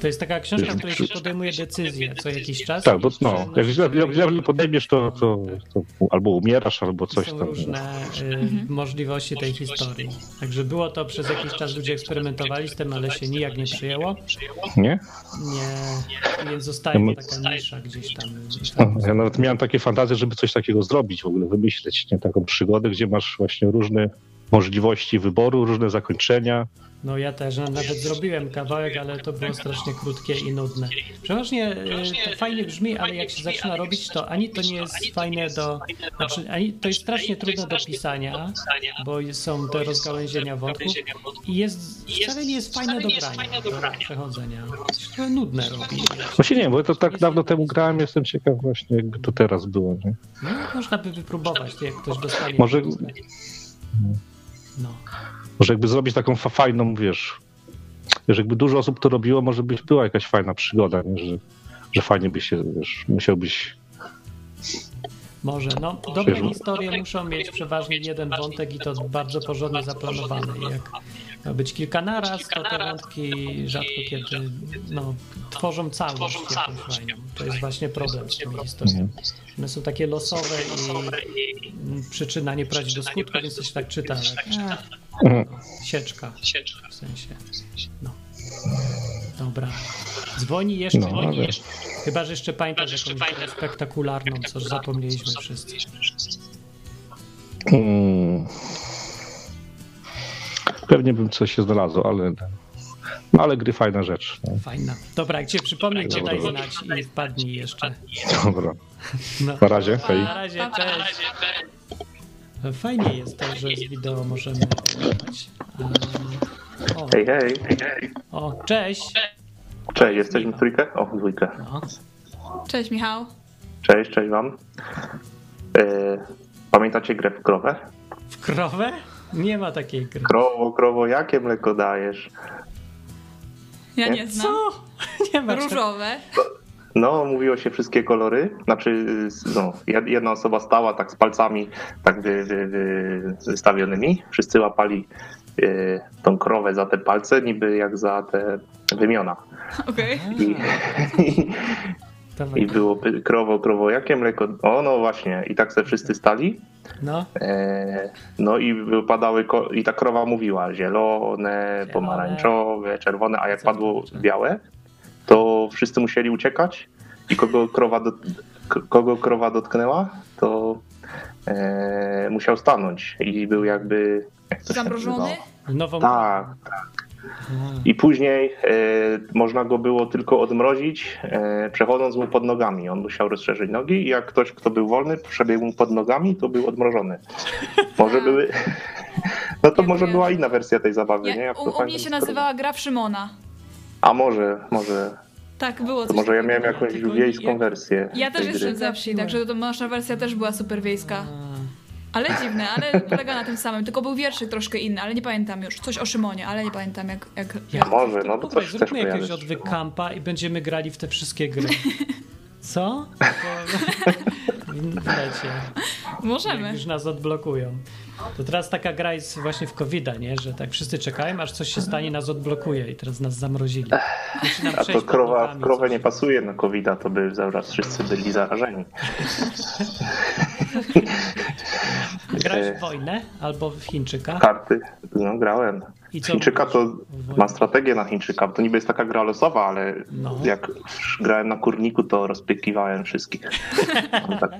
[SPEAKER 3] To jest taka książka, w której się
[SPEAKER 8] Przy-
[SPEAKER 3] podejmuje decyzję co jakiś czas.
[SPEAKER 8] Tak, bo
[SPEAKER 3] I
[SPEAKER 8] no,
[SPEAKER 3] że-
[SPEAKER 8] jak źle, jak źle podejmiesz, to, to, to albo umierasz, albo coś
[SPEAKER 3] są
[SPEAKER 8] tam.
[SPEAKER 3] różne y, możliwości tej historii. Także było to przez jakiś czas, ludzie eksperymentowali z tym, ale się nijak nie przyjęło.
[SPEAKER 8] Nie?
[SPEAKER 3] Nie, więc zostaje to taka nisza gdzieś tam.
[SPEAKER 8] Ja nawet miałem takie fantazje, żeby coś takiego zrobić w ogóle, wymyśleć, nie? Taką przygodę, gdzie masz właśnie różne możliwości wyboru, różne zakończenia.
[SPEAKER 3] No ja też no, nawet zrobiłem kawałek, ale to było strasznie krótkie i nudne. Przeważnie y, to fajnie brzmi, ale jak się zaczyna robić, to ani to nie jest fajne do. Znaczy, ani, to jest strasznie trudne do pisania, bo jest- są te rozgałęzienia wątków i jest wcale nie jest fajne do grania, do przechodzenia. To się trochę nudne robi.
[SPEAKER 8] Właśnie nie, bo to tak dawno temu grałem, jestem ciekaw właśnie, jakby to teraz było, nie?
[SPEAKER 3] No, można by wypróbować, jak ktoś dostanie.
[SPEAKER 8] Może-
[SPEAKER 3] No.
[SPEAKER 8] Może jakby zrobić taką fa- fajną, wiesz, wiesz, jakby dużo osób to robiło, może byś była jakaś fajna przygoda, nie? Że, że fajnie by się, wiesz, musiałbyś...
[SPEAKER 3] Może. No, dobre
[SPEAKER 8] Wiesz,
[SPEAKER 3] historie muszą mieć przeważnie jeden wątek i to bardzo porządnie zaplanowane. Jak ma być kilka naraz, to te wątki rzadko kiedy no, tworzą całość jakąś fajną. To jest właśnie problem z tymi historiami. One są takie losowe i mm, przyczyna nie prowadzi do skutku, więc to się tak czyta. Jak,
[SPEAKER 8] Mhm.
[SPEAKER 3] sieczka. W sensie. No. Dobra. Dzwoni jeszcze.
[SPEAKER 8] No, ale-
[SPEAKER 3] Chyba, że jeszcze pamiętasz jakąś spektakularną, co zapomnieliśmy wszyscy.
[SPEAKER 8] Mm, pewnie bym coś się znalazł, ale... No ale gry fajna rzecz. No,
[SPEAKER 3] Fajna. Dobra, jak cię przypomnę, to
[SPEAKER 8] Dobra.
[SPEAKER 3] daj znać i wpadnij jeszcze.
[SPEAKER 8] dobra.
[SPEAKER 3] No.
[SPEAKER 8] Na razie, hej.
[SPEAKER 3] Na razie, cześć. Fajnie jest to, że z wideo możemy oglądać. O,
[SPEAKER 10] Hej, hej.
[SPEAKER 3] o, cześć.
[SPEAKER 10] Cześć, jesteśmy w trójkę? O, w dwójkę.
[SPEAKER 3] No.
[SPEAKER 4] Cześć Michał.
[SPEAKER 10] Cześć, cześć wam. E, pamiętacie grę w krowę?
[SPEAKER 3] W krowę? Nie ma takiej gry.
[SPEAKER 10] Krowo, krowo, jakie mleko dajesz?
[SPEAKER 4] Ja
[SPEAKER 10] Nie?
[SPEAKER 4] nie znam.
[SPEAKER 3] E, Co? Nie ma czegoś.
[SPEAKER 4] Różowe.
[SPEAKER 10] No, mówiło się wszystkie kolory. Znaczy, no, jed- jedna osoba stała tak z palcami tak wy, wy, wy, wystawionymi. Wszyscy łapali e, tą krowę za te palce, niby jak za te wymiona.
[SPEAKER 4] Okej.
[SPEAKER 10] I, i,
[SPEAKER 3] Dawaj.
[SPEAKER 10] i było py- krowo, krowo, jakie mleko? O, no właśnie. I tak se wszyscy stali.
[SPEAKER 3] No,
[SPEAKER 10] E, No i wypadały, ko- i ta krowa mówiła zielone, pomarańczowe, czerwone, a jak padło białe, to wszyscy musieli uciekać i kogo krowa, dot, k- kogo krowa dotknęła, to e, musiał stanąć i był jakby... Jak to się
[SPEAKER 4] Zamrożony?
[SPEAKER 3] No,
[SPEAKER 10] nazywało?
[SPEAKER 3] nową.
[SPEAKER 10] Tak, tak. I później e, można go było tylko odmrozić, e, przechodząc mu pod nogami. On musiał rozszerzyć nogi i jak ktoś, kto był wolny, przebiegł mu pod nogami, to był odmrożony. Może były... No to
[SPEAKER 4] Ja
[SPEAKER 10] może
[SPEAKER 4] wiem.
[SPEAKER 10] była inna wersja tej zabawy, nie?
[SPEAKER 4] Ja,
[SPEAKER 10] Jak to
[SPEAKER 4] u, u mnie się
[SPEAKER 10] fajnie zrobić.
[SPEAKER 4] nazywała gra w Szymona.
[SPEAKER 10] A może, może,
[SPEAKER 4] Tak, było coś
[SPEAKER 10] może ja
[SPEAKER 4] takiego.
[SPEAKER 10] miałem jakąś
[SPEAKER 3] Tylko
[SPEAKER 10] wiejską
[SPEAKER 3] jak-
[SPEAKER 10] wersję
[SPEAKER 4] Ja też
[SPEAKER 10] tej gry.
[SPEAKER 4] jestem ze wsi, także to nasza wersja też była super wiejska. Ale dziwne, ale polega na tym samym. Tylko był wierszyk troszkę inny, ale nie pamiętam już. Coś o Szymonie, ale nie pamiętam jak... jak,
[SPEAKER 11] Ja-
[SPEAKER 4] jak...
[SPEAKER 10] Może, no
[SPEAKER 3] No,
[SPEAKER 10] bo
[SPEAKER 3] Słuchaj,
[SPEAKER 10] coś też
[SPEAKER 3] zróbmy jakiegoś
[SPEAKER 10] kojarzy.
[SPEAKER 3] odwyk kampa i będziemy grali w te wszystkie gry.
[SPEAKER 11] Co?
[SPEAKER 3] W internecie.
[SPEAKER 4] Możemy.
[SPEAKER 3] Jak już nas odblokują. To teraz taka gra jest właśnie w covid nie? Że tak wszyscy czekają, aż coś się stanie, nas odblokuje i teraz nas zamrozili. Musi nam
[SPEAKER 10] A to
[SPEAKER 3] przejść pod
[SPEAKER 10] krowa,
[SPEAKER 3] nogami,
[SPEAKER 10] krowa
[SPEAKER 3] coś.
[SPEAKER 10] nie pasuje na covid to by zaraz wszyscy byli zarażeni.
[SPEAKER 3] Grałeś
[SPEAKER 10] E.
[SPEAKER 3] w wojnę albo w Chińczyka?
[SPEAKER 10] Karty, no grałem.
[SPEAKER 3] I co
[SPEAKER 10] Chińczyka to
[SPEAKER 3] mówisz?
[SPEAKER 10] ma strategię na Chińczyka, bo to niby jest taka gra losowa, ale
[SPEAKER 3] No.
[SPEAKER 10] jak grałem na kurniku, to rozpykiwałem wszystkich. tak.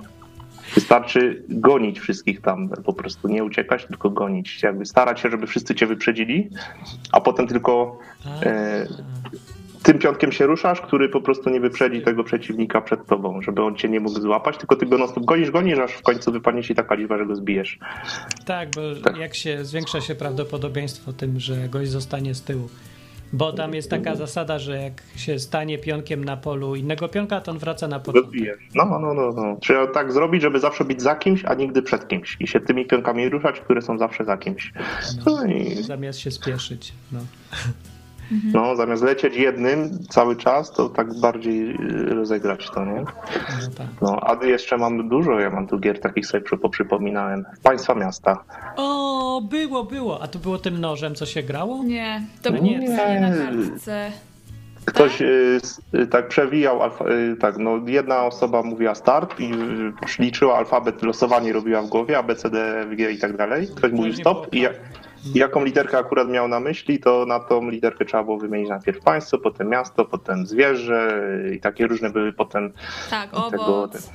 [SPEAKER 10] Wystarczy gonić wszystkich tam, po prostu nie uciekać, tylko gonić. Jakby starać się, żeby wszyscy cię wyprzedzili, a potem tylko e, tym pionkiem się ruszasz, który po prostu nie wyprzedzi tego przeciwnika przed tobą, żeby on cię nie mógł złapać, tylko ty go non stop gonisz, gonisz, aż w końcu wypadnie ci taka liczba, że go zbijesz.
[SPEAKER 3] Tak, bo jak się zwiększa się prawdopodobieństwo tym, że gość zostanie z tyłu. Bo tam jest taka zasada, że jak się stanie pionkiem na polu innego pionka, to on wraca na
[SPEAKER 10] Go
[SPEAKER 3] początek.
[SPEAKER 10] zbijesz. No, no, no, no. Trzeba tak zrobić, żeby zawsze być za kimś, a nigdy przed kimś. I się tymi pionkami ruszać, które są zawsze za kimś. No i
[SPEAKER 3] Zamiast się spieszyć. No. Mhm.
[SPEAKER 10] no, zamiast lecieć jednym cały czas, to tak bardziej y, rozegrać to, nie?
[SPEAKER 3] No tak.
[SPEAKER 10] No, a jeszcze mam dużo, ja mam tu gier takich sobie przy- przypominałem. Państwa miasta.
[SPEAKER 3] O, było, było. A to było tym nożem, co się grało?
[SPEAKER 4] Nie,
[SPEAKER 3] No
[SPEAKER 4] to
[SPEAKER 10] Nie.
[SPEAKER 4] było pisanie na kartce.
[SPEAKER 10] Ktoś y, s- y, tak przewijał, alfa, y, tak, no jedna osoba mówiła start i y, liczyła alfabet, losowanie robiła w głowie, A, B, C, D, F, G i tak dalej. Ktoś mówił
[SPEAKER 3] nie
[SPEAKER 10] stop
[SPEAKER 3] było tak.
[SPEAKER 10] i, ja- i jaką literkę akurat miał na myśli, to na tą literkę trzeba było wymienić najpierw państwo, potem miasto, potem zwierzę y, i takie różne były potem
[SPEAKER 4] Tak,
[SPEAKER 10] tego...
[SPEAKER 4] owoc.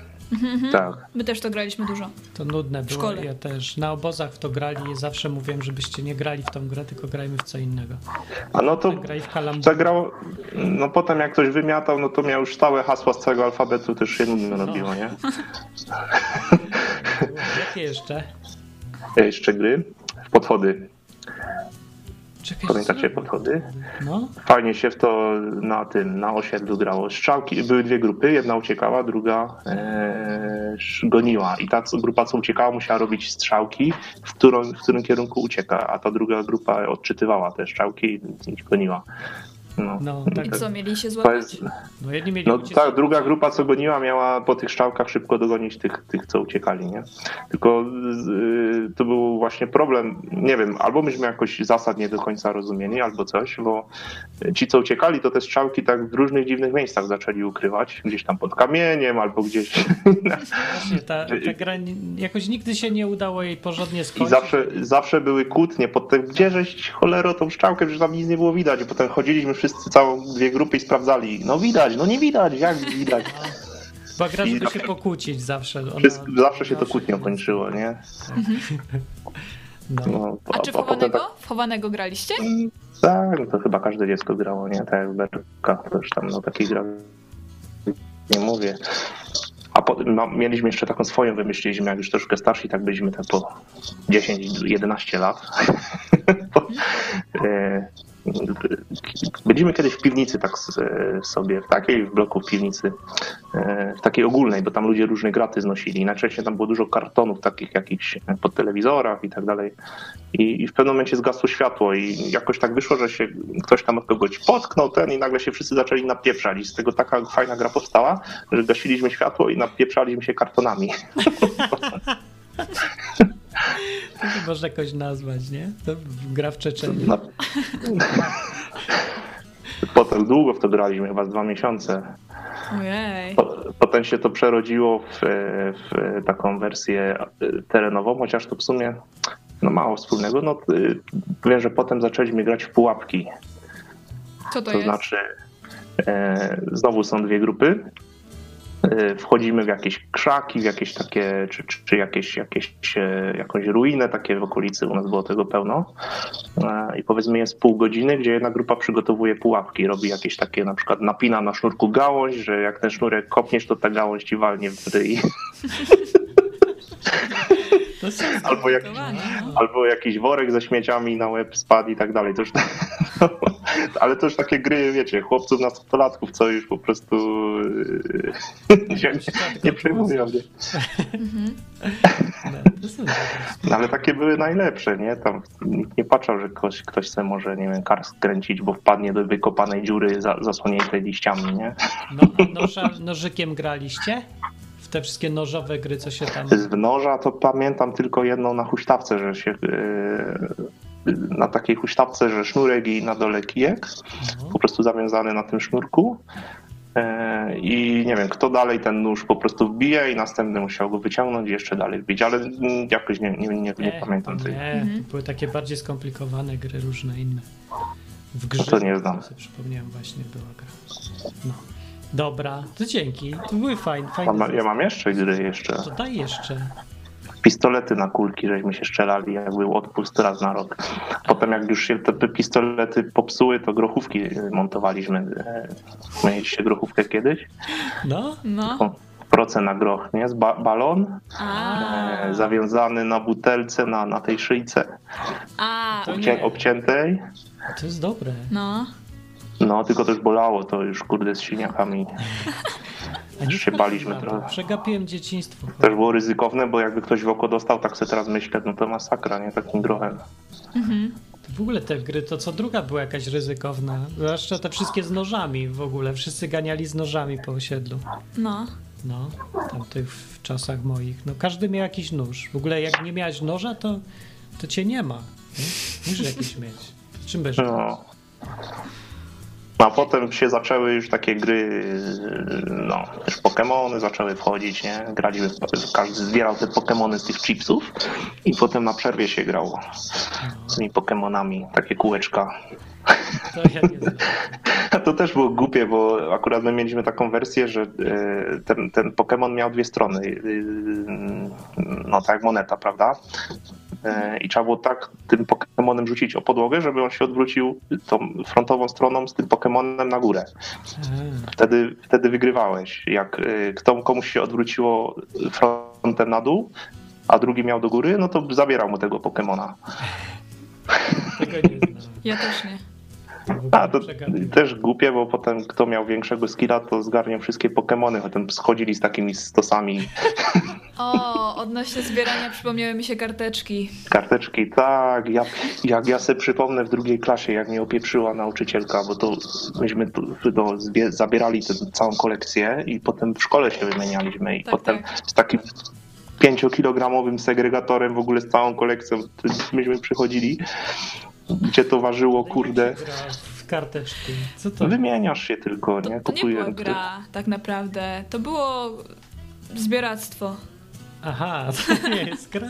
[SPEAKER 10] Tak.
[SPEAKER 4] My też to graliśmy dużo.
[SPEAKER 3] To nudne było,
[SPEAKER 4] szkole.
[SPEAKER 3] ja też. Na obozach w to grali i zawsze mówiłem, żebyście nie grali w tą grę, tylko grajmy w co innego.
[SPEAKER 10] A no to
[SPEAKER 3] Graj w kalambury.
[SPEAKER 10] zagrał, no potem jak ktoś wymiatał, no to miał już stałe hasła z całego alfabetu, też się nudno
[SPEAKER 3] No.
[SPEAKER 10] robiło, nie?
[SPEAKER 3] Jakie jeszcze?
[SPEAKER 10] E, Jeszcze gry, podchody.
[SPEAKER 3] Czekaj,
[SPEAKER 10] Pamiętacie
[SPEAKER 3] co?
[SPEAKER 10] podchody?
[SPEAKER 3] No,
[SPEAKER 10] Fajnie się w to na tym, na osiedlu grało. Strzałki, były dwie grupy, jedna uciekała, druga e, sz- goniła. I ta co- grupa, co uciekała, musiała robić strzałki, w którą, w którym kierunku ucieka, a ta druga grupa odczytywała te strzałki i goniła. No,
[SPEAKER 3] No, tak.
[SPEAKER 4] I co, mieli się
[SPEAKER 10] To
[SPEAKER 4] złapać?
[SPEAKER 10] jest,
[SPEAKER 3] no jedni mieli
[SPEAKER 10] no
[SPEAKER 3] uciec-
[SPEAKER 10] ta druga grupa, co goniła, miała po tych strzałkach szybko dogonić tych, tych co uciekali, nie? Tylko z- y, to był właśnie problem, nie wiem, albo myśmy jakoś zasad nie do końca rozumieli, albo coś, bo ci, co uciekali, to te strzałki tak w różnych dziwnych miejscach zaczęli ukrywać, gdzieś tam pod kamieniem, albo gdzieś...
[SPEAKER 3] Właśnie, ta, ta gra ni- jakoś nigdy się nie udało jej porządnie
[SPEAKER 10] I
[SPEAKER 3] skończyć.
[SPEAKER 10] zawsze, zawsze były kłótnie pod tym, gdzie żeś cholero tą strzałkę, przecież tam nic nie było widać. I potem chodziliśmy wszyscy, całą dwie grupy i sprawdzali, no widać, no nie widać, jak widać.
[SPEAKER 3] Bo gra,
[SPEAKER 10] i
[SPEAKER 3] żeby się
[SPEAKER 10] zawsze-
[SPEAKER 3] pokłócić zawsze. Ona,
[SPEAKER 10] Wszystko, No, zawsze się to kłótnią kończyło, nie?
[SPEAKER 3] No.
[SPEAKER 10] No,
[SPEAKER 4] A czy w
[SPEAKER 10] potem
[SPEAKER 4] chowanego? W chowanego graliście?
[SPEAKER 10] tak, no to chyba każde dziecko grało, nie? Tak jak Berka, też tam no takich gra nie mówię. A potem no, mieliśmy jeszcze taką swoją, wymyśliliśmy, jak już troszkę starsi, tak byliśmy tak po 10-11 lat. To, e, Byliśmy kiedyś w piwnicy tak s- e, sobie, w takiej, w bloku w piwnicy, e, w takiej ogólnej, bo tam ludzie różne graty znosili. Najczęściej tam było dużo kartonów takich jakichś e, pod telewizorach i tak dalej. I, I w pewnym momencie zgasło światło i jakoś tak wyszło, że się ktoś tam od kogoś potknął ten i nagle się wszyscy zaczęli napieprzać. I z tego taka fajna gra powstała, że gasiliśmy światło i napieprzaliśmy się kartonami.
[SPEAKER 3] Można jakoś nazwać, nie? To gra w Czeczeniu.
[SPEAKER 10] Na... Potem długo w to graliśmy, chyba z dwa miesiące.
[SPEAKER 4] Ojej.
[SPEAKER 10] Po- Potem się to przerodziło w, e, w e, taką wersję e, terenową, chociaż to w sumie no mało wspólnego. No, e, wiem, że potem zaczęliśmy grać w pułapki.
[SPEAKER 4] Co to
[SPEAKER 10] To
[SPEAKER 4] jest?
[SPEAKER 10] znaczy, e, znowu są dwie grupy. y, wchodzimy w jakieś krzaki, w jakieś takie, czy, czy, czy jakieś, jakieś, e, jakąś ruinę takie w okolicy, u nas było tego pełno. E, I powiedzmy jest pół godziny, gdzie jedna grupa przygotowuje pułapki, robi jakieś takie, na przykład napina na sznurku gałąź, że jak ten sznurek kopniesz, to ta gałąź ci walnie w ryj.
[SPEAKER 5] To są
[SPEAKER 10] Albo jak-
[SPEAKER 5] skomplikowane, no.
[SPEAKER 10] Albo jakiś worek ze śmieciami na łeb spadł i tak dalej. To już, ale to już takie gry, wiecie, chłopców nastolatków, co już po prostu yy, się, nie przejmują. Nie?
[SPEAKER 3] Mhm. No, to są
[SPEAKER 10] No, ale takie były najlepsze, nie? Tam nikt nie patrzał, że ktoś, ktoś se może, nie wiem, kar skręcić, bo wpadnie do wykopanej dziury za, zasłoniętej liściami, nie?
[SPEAKER 3] No, a noża, nożykiem graliście? W te wszystkie nożowe gry, co się tam.
[SPEAKER 10] Z noża to pamiętam tylko jedną na huśtawce, że się yy, na takiej huśtawce, że sznurek i na dole kijek,
[SPEAKER 3] Mhm.
[SPEAKER 10] po prostu zawiązany na tym sznurku. Yy, I nie wiem, kto dalej ten nóż po prostu wbije i następny musiał go wyciągnąć i jeszcze dalej wbić, ale mm, jakoś nie, nie, nie, nie pamiętam tej.
[SPEAKER 3] Nie,
[SPEAKER 5] Mhm.
[SPEAKER 3] to były takie bardziej skomplikowane gry, różne inne. W grze.
[SPEAKER 10] to nie znam.
[SPEAKER 3] sobie przypomniałem, właśnie była gra. No. Dobra, to dzięki. To były fajne.
[SPEAKER 10] Ja
[SPEAKER 3] fajne
[SPEAKER 10] mam, ja mam jeszcze gry jeszcze.
[SPEAKER 3] To daj jeszcze.
[SPEAKER 10] pistolety na kulki, żeśmy się strzelali, jak był odpust raz na rok. Potem jak już się te, te pistolety popsuły, to grochówki montowaliśmy. E, Mieliście grochówkę kiedyś?
[SPEAKER 3] No?
[SPEAKER 5] No.
[SPEAKER 10] O, proce na groch, nie? Z ba- balon
[SPEAKER 5] A,
[SPEAKER 10] e, zawiązany na butelce, na, na tej szyjce
[SPEAKER 5] a,
[SPEAKER 3] To
[SPEAKER 10] obcię-
[SPEAKER 3] nie.
[SPEAKER 10] obciętej.
[SPEAKER 3] To jest dobre.
[SPEAKER 5] no.
[SPEAKER 10] No, tylko to już bolało, to już kurde z siniakami.
[SPEAKER 3] A nie
[SPEAKER 10] Się baliśmy
[SPEAKER 3] wpadłem na to.
[SPEAKER 10] trochę.
[SPEAKER 3] Przegapiłem dzieciństwo.
[SPEAKER 10] Też było ryzykowne, bo jakby ktoś w oko dostał, tak sobie teraz myślę, no to masakra, nie? Takim grochem.
[SPEAKER 5] Mhm.
[SPEAKER 3] W ogóle te gry, to co druga była jakaś ryzykowna. Zwłaszcza te wszystkie z nożami w ogóle. Wszyscy ganiali z nożami po osiedlu.
[SPEAKER 5] No,
[SPEAKER 3] No, tamtych w czasach moich. No każdy miał jakiś nóż. W ogóle jak nie miałeś noża, to, to cię nie ma. nie? Musisz jakiś mieć. Czym będziesz?
[SPEAKER 10] No. A potem się zaczęły już takie gry, no, już Pokemony zaczęły wchodzić, nie? Graliśmy, każdy zbierał te Pokemony z tych chipsów i potem na przerwie się grało z tymi Pokemonami, takie kółeczka.
[SPEAKER 3] To ja nie znam.
[SPEAKER 10] To też było głupie, bo akurat my mieliśmy taką wersję, że e, ten, ten Pokémon miał dwie strony. E, No tak, moneta, prawda? E, I trzeba było tak tym Pokémonem rzucić o podłogę, żeby on się odwrócił tą frontową stroną z tym Pokémonem na górę. Wtedy, wtedy wygrywałeś. Jak e, kto, komuś się odwróciło frontem na dół, a drugi miał do góry, no to zabierał mu tego Pokémona.
[SPEAKER 3] A, Tego nie znam.
[SPEAKER 4] Ja też nie.
[SPEAKER 3] To w ogóle
[SPEAKER 10] A to
[SPEAKER 3] przegapiłem.
[SPEAKER 10] też głupie, bo potem kto miał większego skilla, to zgarnie wszystkie Pokemony, potem schodzili z takimi stosami
[SPEAKER 4] O, odnośnie zbierania przypomniały mi się karteczki.
[SPEAKER 10] karteczki. Tak, ja, jak ja sobie przypomnę w drugiej klasie, jak mnie opieprzyła nauczycielka, bo to myśmy tu, no, zbie- zabierali tę całą kolekcję i potem w szkole się wymienialiśmy i
[SPEAKER 4] Tak,
[SPEAKER 10] potem z takim pięciokilogramowym segregatorem w ogóle z całą kolekcją myśmy przychodzili, gdzie to ważyło, kurde.
[SPEAKER 3] Jak się gra W karteczki. Co to?
[SPEAKER 10] Wymieniasz się tylko,
[SPEAKER 4] To,
[SPEAKER 10] nie?
[SPEAKER 4] to nie była
[SPEAKER 10] Kupuję.
[SPEAKER 4] gra tak naprawdę. To było zbieractwo.
[SPEAKER 3] Aha, to nie jest gra?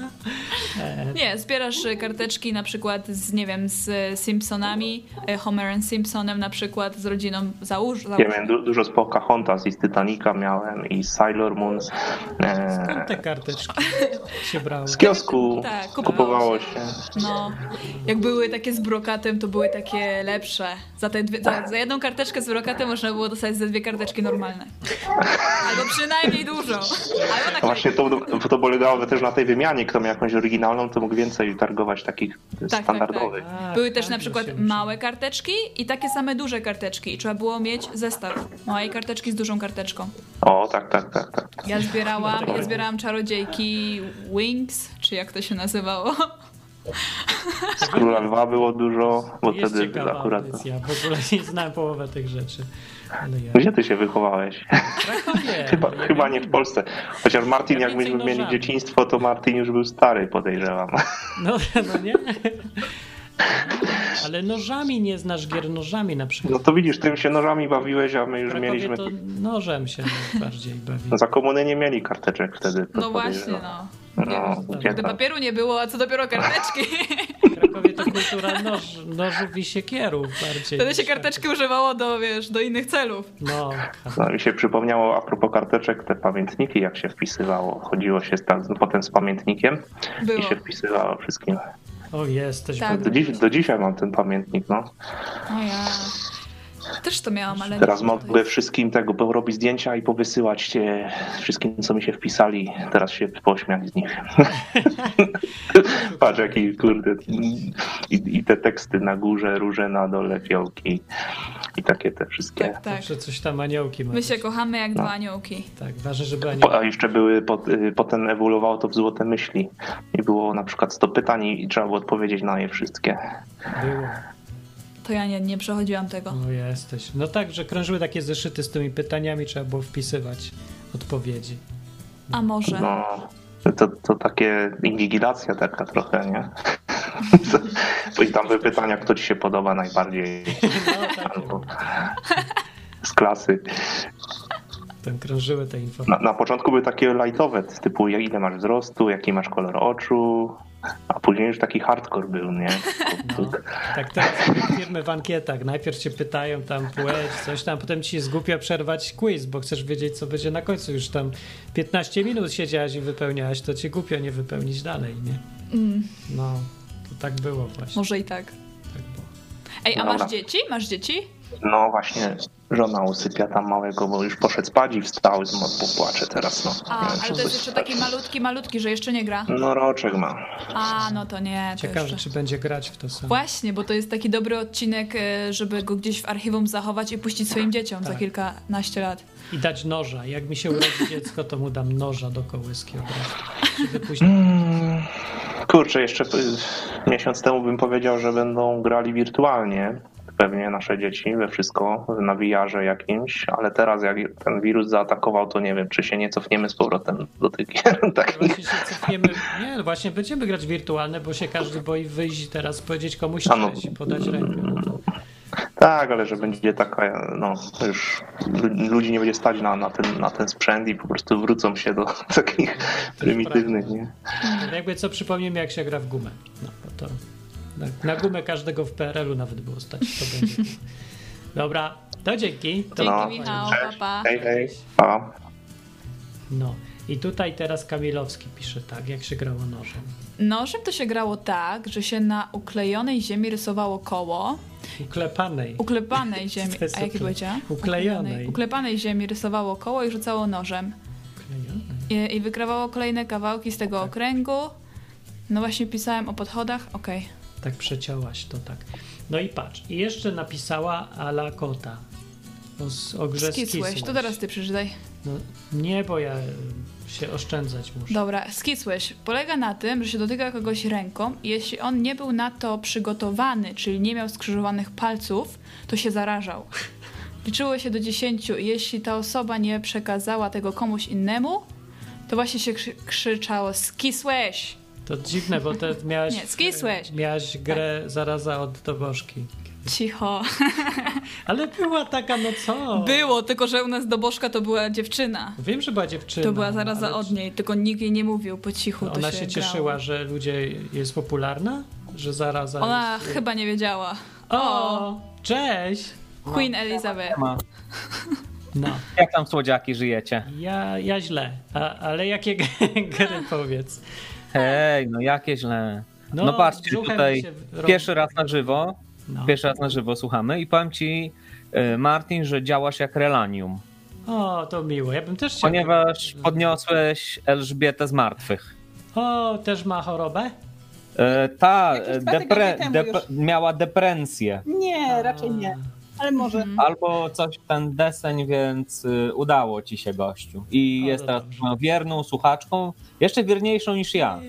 [SPEAKER 3] E,
[SPEAKER 4] Nie, zbierasz y, karteczki na przykład z, nie wiem, z y, Simpsonami, y, Homerem Simpsonem na przykład, z rodziną załóż. załóż.
[SPEAKER 10] Ja miałem du- dużo z Pocahontas i z Titanica miałem i z Sailor Moon.
[SPEAKER 3] Skąd te
[SPEAKER 10] E,
[SPEAKER 3] karteczki się brały?
[SPEAKER 10] z kiosku
[SPEAKER 4] Tak, kupowało
[SPEAKER 10] kupowało
[SPEAKER 4] się.
[SPEAKER 10] się.
[SPEAKER 4] No, jak były takie z brokatem, to były takie lepsze. Za, te dwie, za, za jedną karteczkę z brokatem można było dostać ze dwie karteczki normalne. Albo przynajmniej dużo. Albo na
[SPEAKER 10] A właśnie to, to polegało też na tej wymianie. Kto miał jakąś oryginalną, to mógł więcej targować takich
[SPEAKER 4] tak,
[SPEAKER 10] standardowych.
[SPEAKER 3] A,
[SPEAKER 4] Były też
[SPEAKER 3] tak,
[SPEAKER 4] na
[SPEAKER 3] to
[SPEAKER 4] przykład
[SPEAKER 3] się uczy.
[SPEAKER 4] małe karteczki i takie same duże karteczki. I trzeba było mieć zestaw małej karteczki z dużą karteczką.
[SPEAKER 10] O, tak, tak, tak, tak.
[SPEAKER 4] Ja zbierałam, ja zbierałam czarodziejki Wings, czy jak to się nazywało.
[SPEAKER 10] Z Króla Lwa było dużo, bo
[SPEAKER 3] Tak. Jest
[SPEAKER 10] wtedy
[SPEAKER 3] ciekawa
[SPEAKER 10] akurat...
[SPEAKER 3] audycja. W ogóle nie znałem połowę tych rzeczy. No Ale ja...
[SPEAKER 10] Gdzie ty się wychowałeś?
[SPEAKER 3] Krakowie.
[SPEAKER 10] Chyba,
[SPEAKER 3] Ja
[SPEAKER 10] chyba nie w Polsce. Chociaż Martin,
[SPEAKER 3] Ja
[SPEAKER 10] jak
[SPEAKER 3] więcej
[SPEAKER 10] myśmy mieli
[SPEAKER 3] nożami.
[SPEAKER 10] dzieciństwo, to Martin już był stary, podejrzewam.
[SPEAKER 3] No, no nie. Ale nożami nie znasz gier nożami na
[SPEAKER 10] No
[SPEAKER 3] przykład.
[SPEAKER 10] to widzisz, tym się nożami bawiłeś, a my już
[SPEAKER 3] W Krakowie
[SPEAKER 10] mieliśmy... No
[SPEAKER 3] to nożem się bardziej bawi.
[SPEAKER 10] Za komuny nie mieli karteczek wtedy.
[SPEAKER 4] No
[SPEAKER 10] podejrzewam.
[SPEAKER 4] właśnie, no.
[SPEAKER 10] No,
[SPEAKER 4] Gdy papieru nie było, a co dopiero karteczki.
[SPEAKER 3] W Krakowie to kultura noż, nożów i siekierów bardziej.
[SPEAKER 4] Wtedy się karteczki używało do, wiesz, do innych celów.
[SPEAKER 3] No,
[SPEAKER 10] No mi się przypomniało a propos karteczek, te pamiętniki, jak się wpisywało. Chodziło się z, tak- potem z pamiętnikiem
[SPEAKER 4] Było.
[SPEAKER 10] i się wpisywało wszystkim.
[SPEAKER 3] o jesteś.
[SPEAKER 4] Tak.
[SPEAKER 10] Do, dziś, do dzisiaj mam ten pamiętnik, no.
[SPEAKER 4] O ja. Też to miałam, ale.
[SPEAKER 10] Teraz
[SPEAKER 4] nie wiem, co to
[SPEAKER 10] mogę wszystkim tego porobić zdjęcia i powysyłać się wszystkim, co mi się wpisali. Teraz się pośmiać z nich. Patrz, jaki kurde. I, I te teksty na górze, róże na dole, fiołki. I takie te wszystkie.
[SPEAKER 4] jest. Tak.
[SPEAKER 3] Zawsze coś tam aniołki ma.
[SPEAKER 4] My się kochamy jak
[SPEAKER 10] No.
[SPEAKER 4] dwa aniołki.
[SPEAKER 3] Tak, ważne, żeby
[SPEAKER 10] Po,
[SPEAKER 3] aniołki.
[SPEAKER 10] a jeszcze były, po, y, potem ewoluowało to w złote myśli. I było na przykład 100 pytań i, i trzeba było odpowiedzieć na je wszystkie.
[SPEAKER 3] Było.
[SPEAKER 4] To ja nie, nie przechodziłam tego.
[SPEAKER 3] No jesteś. No tak, że krążyły takie zeszyty z tymi pytaniami, trzeba było wpisywać odpowiedzi.
[SPEAKER 4] A może.
[SPEAKER 10] No, to, to takie inwigilacja taka trochę, nie? Bo I tam były pytania, kto ci się podoba najbardziej. Albo z klasy.
[SPEAKER 3] Tam krążyły te informacje.
[SPEAKER 10] Na, na początku były takie lightowe, typu ja- ile masz wzrostu, jaki masz kolor oczu, a później już taki hardcore był, nie?
[SPEAKER 3] No. Tak teraz firmy w ankietach. Najpierw cię pytają tam płeć, coś tam, potem ci zgłupia przerwać quiz, bo chcesz wiedzieć, co będzie na końcu. Już tam 15 minut siedziałaś i wypełniałaś, to cię głupio nie wypełnić dalej, nie?
[SPEAKER 4] Mm,
[SPEAKER 3] No, to tak było właśnie.
[SPEAKER 4] może i tak.
[SPEAKER 3] Tak było.
[SPEAKER 4] Ej, a
[SPEAKER 10] Dobra.
[SPEAKER 4] masz dzieci? Masz dzieci?
[SPEAKER 10] No właśnie, żona usypia tam małego, bo już poszedł spać i wstał, z mo- płacze teraz, no.
[SPEAKER 4] A,
[SPEAKER 10] Nie wiem,
[SPEAKER 4] ale to
[SPEAKER 10] czy
[SPEAKER 4] jest
[SPEAKER 10] coś-
[SPEAKER 4] jeszcze taki malutki, malutki, że jeszcze nie gra.
[SPEAKER 10] No roczek ma.
[SPEAKER 4] A, no to nie, to
[SPEAKER 3] Ciekawe,
[SPEAKER 4] jeszcze.
[SPEAKER 3] czy będzie grać w to samo.
[SPEAKER 4] Właśnie, bo to jest taki dobry odcinek, e, żeby go gdzieś w archiwum zachować i puścić swoim dzieciom za
[SPEAKER 3] Tak.
[SPEAKER 4] kilkanaście lat.
[SPEAKER 3] I dać noża. Jak mi się urodzi dziecko, to mu dam noża do kołyski od razu. Żeby później
[SPEAKER 10] Mm, Kurczę, jeszcze p- miesiąc temu bym powiedział, że będą grali wirtualnie. Pewnie nasze dzieci we wszystko, na VR-ze jakimś, ale teraz jak ten wirus zaatakował, to nie wiem, czy się nie cofniemy z powrotem do tych gier. Tak.
[SPEAKER 3] Właśnie się cofniemy. Nie, no właśnie będziemy grać wirtualne, bo się każdy boi wyjść i teraz powiedzieć komuś
[SPEAKER 10] A no.
[SPEAKER 3] cześć i podać rękę. No to
[SPEAKER 10] tak, ale że będzie taka, no już lu- ludzi nie będzie stać na, na, ten, na ten sprzęt i po prostu wrócą się do takich prymitywnych, nie?
[SPEAKER 3] jakby co przypomnij mi, jak się gra w gumę. No bo to na, na gumę każdego w PRL-u nawet było stać. To będzie. Dobra, to dzięki. To
[SPEAKER 4] Dzięki
[SPEAKER 10] No.
[SPEAKER 4] Michał,
[SPEAKER 10] Cześć.
[SPEAKER 4] papa.
[SPEAKER 10] Hej, hej. Pa.
[SPEAKER 3] No. I tutaj teraz Kamilowski pisze tak, jak się grało nożem.
[SPEAKER 4] Nożem No, to się grało tak, że się na uklejonej ziemi rysowało koło,
[SPEAKER 3] Uklepanej.
[SPEAKER 4] uklepanej ziemi,
[SPEAKER 3] To jest
[SPEAKER 4] a jakie
[SPEAKER 3] ukle-
[SPEAKER 4] powiedziała?
[SPEAKER 3] uklejonej.
[SPEAKER 4] Uklepanej ziemi rysowało koło i rzucało nożem.
[SPEAKER 3] Uklejonej. tak.
[SPEAKER 4] I, i wykrawało kolejne kawałki z tego okręgu. No właśnie pisałem o podchodach, okej.
[SPEAKER 3] Tak przeciąłaś to tak. No i patrz. I jeszcze napisała Ala Kota. No O, s- o grze
[SPEAKER 4] Skisłeś, to teraz ty przeczytaj.
[SPEAKER 3] No, nie, bo ja y, się oszczędzać muszę.
[SPEAKER 4] Dobra, skisłeś. Polega na tym, że się dotyka kogoś ręką i jeśli on nie był na to przygotowany, czyli nie miał skrzyżowanych palców, to się zarażał. Liczyło się do 10 i jeśli ta osoba nie przekazała tego komuś innemu, to właśnie się krzy- krzyczało skisłeś.
[SPEAKER 3] To dziwne, bo te miałaś,
[SPEAKER 4] Nie, skisłeś.
[SPEAKER 3] miałaś grę zaraza od dobożki.
[SPEAKER 4] Cicho.
[SPEAKER 3] Ale była taka, no co?
[SPEAKER 4] Było, tylko że u nas do Bożka to była dziewczyna.
[SPEAKER 3] Wiem, że była dziewczyna.
[SPEAKER 4] To była zaraza
[SPEAKER 3] ale
[SPEAKER 4] od niej, tylko nikt jej nie mówił po cichu. to
[SPEAKER 3] Ona się,
[SPEAKER 4] grało.
[SPEAKER 3] cieszyła, że ludzie jest popularna? Że zaraza
[SPEAKER 4] Ona
[SPEAKER 3] jest...
[SPEAKER 4] chyba nie wiedziała.
[SPEAKER 3] O, cześć!
[SPEAKER 4] Queen Elizabeth.
[SPEAKER 1] Ma.
[SPEAKER 3] No,
[SPEAKER 1] Jak tam słodziaki żyjecie?
[SPEAKER 3] ja, ja źle. A, ale jakie g-
[SPEAKER 4] Tak.
[SPEAKER 3] gry powiedz?
[SPEAKER 1] Hej, no jakie źle.
[SPEAKER 3] No,
[SPEAKER 1] No, patrzcie
[SPEAKER 3] brzuchem mi
[SPEAKER 1] tutaj,
[SPEAKER 3] się robi.
[SPEAKER 1] pierwszy raz na żywo,
[SPEAKER 3] No.
[SPEAKER 1] pierwszy raz na żywo słuchamy i powiem ci, e, Martin, że działasz jak relanium,
[SPEAKER 3] O, to miło. Ja bym też się...
[SPEAKER 1] ponieważ podniosłeś Elżbietę z martwych.
[SPEAKER 3] O, też ma chorobę?
[SPEAKER 1] E, Ta
[SPEAKER 12] Jakieś dwa tygodnie
[SPEAKER 1] depre,
[SPEAKER 12] temu
[SPEAKER 1] dep
[SPEAKER 12] już.
[SPEAKER 1] miała depresję
[SPEAKER 12] Nie, raczej nie. Ale może.
[SPEAKER 4] Mhm.
[SPEAKER 3] Mhm.
[SPEAKER 1] albo coś w ten deseń, więc y, udało ci się gościu. I
[SPEAKER 3] O,
[SPEAKER 1] jest
[SPEAKER 3] to
[SPEAKER 1] teraz
[SPEAKER 3] dobrze.
[SPEAKER 1] no, wierną słuchaczką, jeszcze wierniejszą niż ja.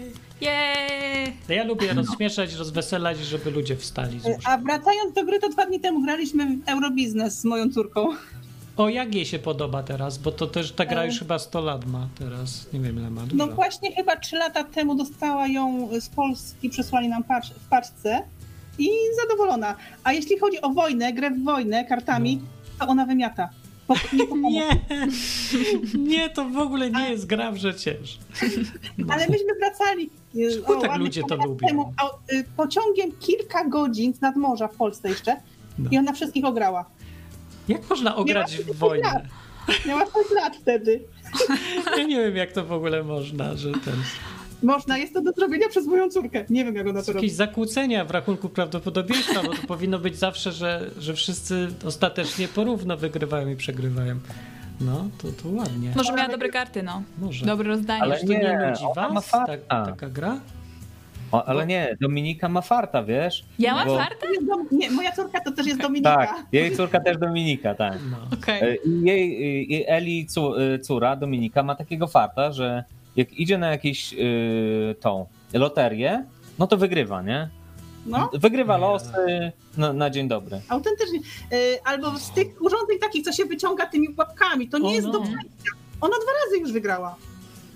[SPEAKER 3] Y,
[SPEAKER 4] Jej!
[SPEAKER 3] No Ja lubię rozśmieszać, rozweselać, żeby ludzie wstali z łóżka.
[SPEAKER 12] A wracając do gry, to dwa dni temu graliśmy w Eurobiznes z moją córką.
[SPEAKER 3] No O, jak jej się podoba teraz? Bo to też ta
[SPEAKER 4] E.
[SPEAKER 3] gra już chyba 100 lat ma teraz. Nie wiem, ile ma dużo.
[SPEAKER 12] No właśnie chyba trzy lata temu dostała ją z Polski, przesłali nam pacz, w paczce i zadowolona. A jeśli chodzi o wojnę, grę w wojnę kartami,
[SPEAKER 3] No.
[SPEAKER 12] to ona wymiata. Po, nie po
[SPEAKER 3] Nie! Nie, to w ogóle nie jest gra przecież.
[SPEAKER 12] Ale myśmy wracali y,
[SPEAKER 3] Czemu
[SPEAKER 12] o,
[SPEAKER 3] tak
[SPEAKER 12] ładnych
[SPEAKER 3] ludzie to
[SPEAKER 12] latach
[SPEAKER 3] lubią?
[SPEAKER 12] temu, a, y, pociągiem kilka godzin z nadmorza w Polsce jeszcze
[SPEAKER 3] No.
[SPEAKER 12] i ona wszystkich ograła.
[SPEAKER 3] Jak można ograć w wojnę?
[SPEAKER 12] Miała 6 lat wtedy.
[SPEAKER 3] Ja nie wiem, jak to w ogóle można, że ten.
[SPEAKER 12] Można, jest to do zrobienia przez moją córkę. Nie wiem, jak ona to robi.
[SPEAKER 3] Jakieś zakłócenia w rachunku prawdopodobieństwa, bo to powinno być zawsze, że, że wszyscy ostatecznie porówno wygrywają i przegrywają. No, to, to ładnie.
[SPEAKER 4] Może miała dobre karty, no.
[SPEAKER 3] Może.
[SPEAKER 4] Dobre rozdanie.
[SPEAKER 3] Ale
[SPEAKER 4] Że
[SPEAKER 3] to nie
[SPEAKER 1] No. nie,
[SPEAKER 3] nudzi
[SPEAKER 1] ona ma
[SPEAKER 3] was?
[SPEAKER 1] farta.
[SPEAKER 3] Tak, taka gra?
[SPEAKER 1] O, ale nie, Dominika ma farta, wiesz?
[SPEAKER 12] Ja mam
[SPEAKER 1] Bo-
[SPEAKER 12] farta? Nie, moja córka to też jest Dominika.
[SPEAKER 1] Tak, jej córka też Dominika, tak.
[SPEAKER 3] No.
[SPEAKER 4] Okej.
[SPEAKER 1] I Jej, jej Eli cu- y, córa, Dominika, ma takiego farta, że jak idzie na jakąś y, tą loterię, no to wygrywa, nie?
[SPEAKER 12] No.
[SPEAKER 1] Wygrywa losy na, na dzień dobry.
[SPEAKER 12] Autentycznie. Y, Albo z tych urządzeń takich, co się wyciąga tymi łapkami. To nie jest do przejścia. Ona dwa razy już wygrała.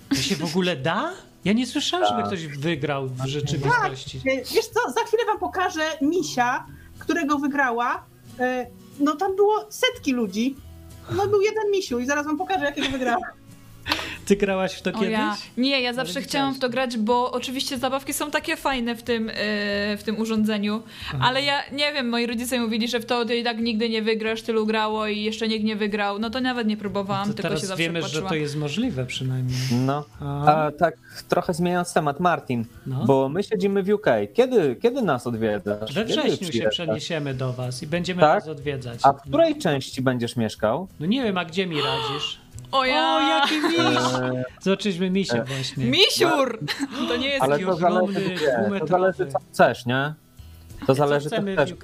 [SPEAKER 3] To się w ogóle da? Ja nie słyszałem, żeby
[SPEAKER 1] Tak.
[SPEAKER 3] ktoś wygrał w
[SPEAKER 12] Tak.
[SPEAKER 3] rzeczywistości.
[SPEAKER 12] y, Wiesz co, za chwilę wam pokażę misia, którego wygrała. Y, No tam było setki ludzi. No był jeden misiu i zaraz wam pokażę, jakiego wygrała.
[SPEAKER 3] Ty grałaś w to
[SPEAKER 4] O
[SPEAKER 3] kiedyś?
[SPEAKER 4] ja. Nie, ja zawsze chciałam w to grać, bo oczywiście zabawki są takie fajne w tym, yy, w tym urządzeniu,
[SPEAKER 3] Mhm.
[SPEAKER 4] ale ja nie wiem, moi rodzice mówili, że w to ty i tak nigdy nie wygrasz, tylu grało i jeszcze nikt nie wygrał, no to nawet nie próbowałam,
[SPEAKER 3] To
[SPEAKER 4] tylko się
[SPEAKER 3] teraz
[SPEAKER 4] zawsze
[SPEAKER 3] wiemy, że
[SPEAKER 4] patrzyłam.
[SPEAKER 3] to jest możliwe przynajmniej.
[SPEAKER 1] No,
[SPEAKER 3] A.
[SPEAKER 1] a tak trochę zmieniając temat, Martin,
[SPEAKER 3] No.
[SPEAKER 1] bo my siedzimy w UK. Kiedy, kiedy nas odwiedzasz?
[SPEAKER 3] We
[SPEAKER 1] Kiedy
[SPEAKER 3] wrześniu się
[SPEAKER 1] przyjeżdżasz?
[SPEAKER 3] przeniesiemy do was i będziemy
[SPEAKER 1] Tak?
[SPEAKER 3] was odwiedzać.
[SPEAKER 1] A w której części będziesz mieszkał?
[SPEAKER 3] No nie wiem, a gdzie mi radzisz?
[SPEAKER 4] O ja!
[SPEAKER 3] O, jaki miś!
[SPEAKER 1] Eee,
[SPEAKER 3] Zobaczyliśmy misia
[SPEAKER 1] E,
[SPEAKER 3] właśnie.
[SPEAKER 4] Misiur!
[SPEAKER 3] No
[SPEAKER 4] To nie jest
[SPEAKER 1] Ale
[SPEAKER 3] Taki
[SPEAKER 1] to zależy,
[SPEAKER 3] ogromny,
[SPEAKER 1] gdzie, to zależy co chcesz, nie? To zależy co
[SPEAKER 3] chcemy
[SPEAKER 1] chcesz.
[SPEAKER 3] w UK.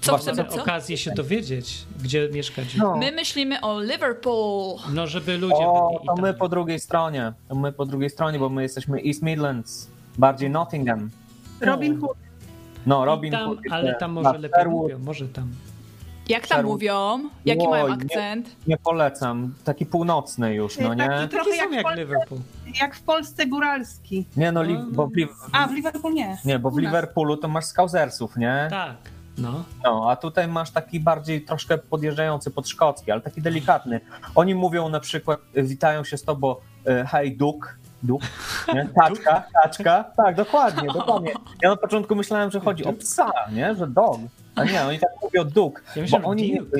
[SPEAKER 4] Co chcemy,
[SPEAKER 3] Mamy
[SPEAKER 4] co?
[SPEAKER 3] okazję się dowiedzieć, gdzie mieszkać.
[SPEAKER 1] No.
[SPEAKER 4] My myślimy o Liverpool.
[SPEAKER 3] No, żeby ludzie
[SPEAKER 1] O,
[SPEAKER 3] byli i
[SPEAKER 1] to
[SPEAKER 3] tam.
[SPEAKER 1] my po drugiej stronie. To my po drugiej stronie, bo my jesteśmy East Midlands, bardziej Nottingham.
[SPEAKER 12] Robin Hood.
[SPEAKER 1] No, Robin
[SPEAKER 3] tam,
[SPEAKER 1] Hood,
[SPEAKER 3] ale
[SPEAKER 1] jeszcze
[SPEAKER 3] tam może
[SPEAKER 1] na
[SPEAKER 3] lepiej
[SPEAKER 1] Sherwood.
[SPEAKER 3] mówią, może tam.
[SPEAKER 4] Jak tam
[SPEAKER 1] Sherwood.
[SPEAKER 4] mówią? Jaki mają
[SPEAKER 1] Oj,
[SPEAKER 4] akcent?
[SPEAKER 1] Nie, nie polecam. Taki północny już, no nie?
[SPEAKER 12] E, Taki trochę
[SPEAKER 3] Takie
[SPEAKER 12] jak,
[SPEAKER 3] są
[SPEAKER 12] w
[SPEAKER 3] jak
[SPEAKER 12] Polsce,
[SPEAKER 3] Liverpool.
[SPEAKER 12] jak w Polsce góralski.
[SPEAKER 1] Nie, no, li, bo, w Liv-
[SPEAKER 12] A, w Liverpool nie.
[SPEAKER 1] nie, bo w
[SPEAKER 12] U nas.
[SPEAKER 1] Liverpoolu to masz skauzersów, nie?
[SPEAKER 3] Tak, no.
[SPEAKER 1] No, a tutaj masz taki bardziej troszkę podjeżdżający pod szkocki, ale taki delikatny. Oni mówią na przykład, y, witają się z tobą, y, hej duk, duk, nie? taczka, taczka. Tak, dokładnie, dokładnie. Ja na początku myślałem, że chodzi o psa, nie? Że dog. A nie, oni tak mówią duk,
[SPEAKER 3] Ja myślałem,
[SPEAKER 1] bo oni,
[SPEAKER 3] Duke.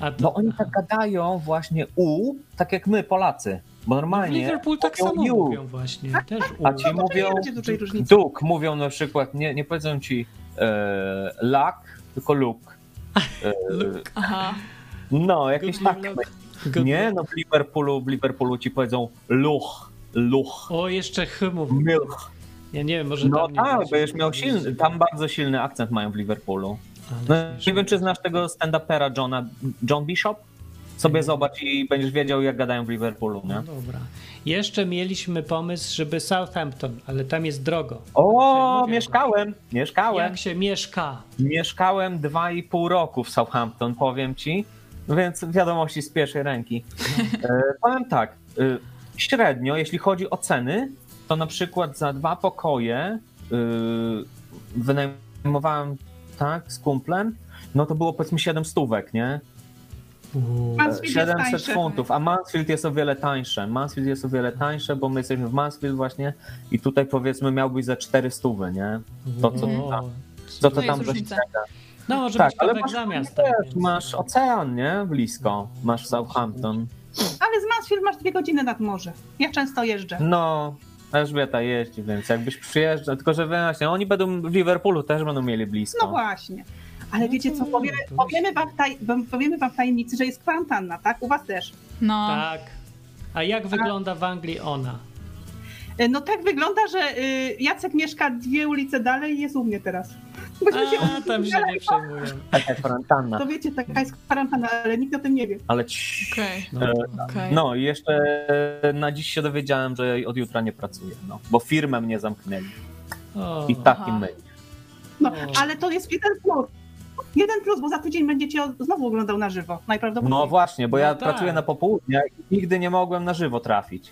[SPEAKER 3] A to,
[SPEAKER 1] bo oni tak gadają właśnie u, tak jak my Polacy, bo
[SPEAKER 3] w
[SPEAKER 1] normalnie
[SPEAKER 3] Liverpool tak samo
[SPEAKER 1] mówią u,
[SPEAKER 3] mówią właśnie. Też u.
[SPEAKER 1] a ci
[SPEAKER 12] No to
[SPEAKER 1] mówią
[SPEAKER 12] nie będzie dużej różnicy.
[SPEAKER 1] duk, mówią na przykład, nie, nie powiedzą ci e, lak, tylko luk. E,
[SPEAKER 4] Aha.
[SPEAKER 1] no, jakieś
[SPEAKER 3] Good
[SPEAKER 1] tak.
[SPEAKER 3] luck. Good
[SPEAKER 1] Nie, no w Liverpoolu, w Liverpoolu ci powiedzą luch, luch,
[SPEAKER 3] O, jeszcze H mówił.
[SPEAKER 1] milch.
[SPEAKER 3] Ja nie wiem, może
[SPEAKER 1] No
[SPEAKER 3] tam nie
[SPEAKER 1] tak,
[SPEAKER 3] będzie.
[SPEAKER 1] będziesz miał silny, tam bardzo silny akcent mają w Liverpoolu. No,
[SPEAKER 3] Ale tak.
[SPEAKER 1] nie wiem, czy znasz tego stand-upera Johna, John Bishop? Sobie zobacz i będziesz wiedział, jak gadają w Liverpoolu, nie?
[SPEAKER 3] No dobra. Jeszcze mieliśmy pomysł, żeby Southampton, ale tam jest drogo.
[SPEAKER 1] O,
[SPEAKER 3] Mówię,
[SPEAKER 1] mieszkałem, mieszkałem,
[SPEAKER 3] Jak się mieszka?
[SPEAKER 1] mieszkałem dwa i pół roku w Southampton, powiem ci, więc wiadomości z pierwszej ręki. E, powiem tak, e, średnio, jeśli chodzi o ceny, to na przykład za dwa pokoje y, wynajmowałem tak z kumplem, no to było powiedzmy 7 stówek, nie?
[SPEAKER 3] Uuu.
[SPEAKER 12] Mansfield jest tak.
[SPEAKER 1] 700
[SPEAKER 12] tańszy.
[SPEAKER 1] funtów, a Mansfield jest o wiele tańsze. Mansfield jest o wiele tańsze, bo my jesteśmy w Mansfield właśnie i tutaj powiedzmy miałbyś za 4 stówy, nie? To co
[SPEAKER 3] Uuu.
[SPEAKER 1] tam, co to
[SPEAKER 4] jest
[SPEAKER 1] tam żeś
[SPEAKER 4] różnica.
[SPEAKER 1] czeka.
[SPEAKER 3] No, może być
[SPEAKER 1] ale
[SPEAKER 3] kawałek
[SPEAKER 1] masz,
[SPEAKER 3] zamiast. tak
[SPEAKER 1] wiesz,
[SPEAKER 3] więc-
[SPEAKER 1] masz ocean, nie? Blisko. Masz Southampton.
[SPEAKER 12] Ale z Mansfield masz dwie godziny nad morze. Ja często jeżdżę.
[SPEAKER 1] No, Elżbieta jeździ, więc jakbyś przyjeżdżał, tylko że właśnie, oni będą w Liverpoolu też będą mieli
[SPEAKER 12] No
[SPEAKER 1] blisko.
[SPEAKER 12] właśnie. Ale wiecie co, powiemy, powiemy, wam taj, wam- powiemy wam tajemnicy, że jest kwarantanna, tak? U was też.
[SPEAKER 4] No.
[SPEAKER 3] Tak. A jak wygląda w Anglii ona?
[SPEAKER 12] E, No tak wygląda, że y, Jacek mieszka dwie ulice dalej i jest u mnie teraz. Myśmy się
[SPEAKER 3] A, tam się nie przejmują.
[SPEAKER 1] Taka kwarantanna.
[SPEAKER 12] To wiecie, taka jest kwarantanna, ale nikt o tym nie wie.
[SPEAKER 1] Ale ciii.
[SPEAKER 4] Okej,
[SPEAKER 3] No,
[SPEAKER 4] okej.
[SPEAKER 1] No i jeszcze na dziś się dowiedziałem, że od jutra nie pracuję, no, bo firmę mnie zamknęli.
[SPEAKER 3] o,
[SPEAKER 1] I taki
[SPEAKER 4] Aha.
[SPEAKER 1] my.
[SPEAKER 12] No, ale to jest jeden plus. Jeden plus, bo za tydzień będziecie o- znowu oglądał na żywo, najprawdopodobniej.
[SPEAKER 1] No właśnie, bo
[SPEAKER 3] No
[SPEAKER 1] ja
[SPEAKER 3] tak.
[SPEAKER 1] pracuję na popołudnie i nigdy nie mogłem na żywo trafić.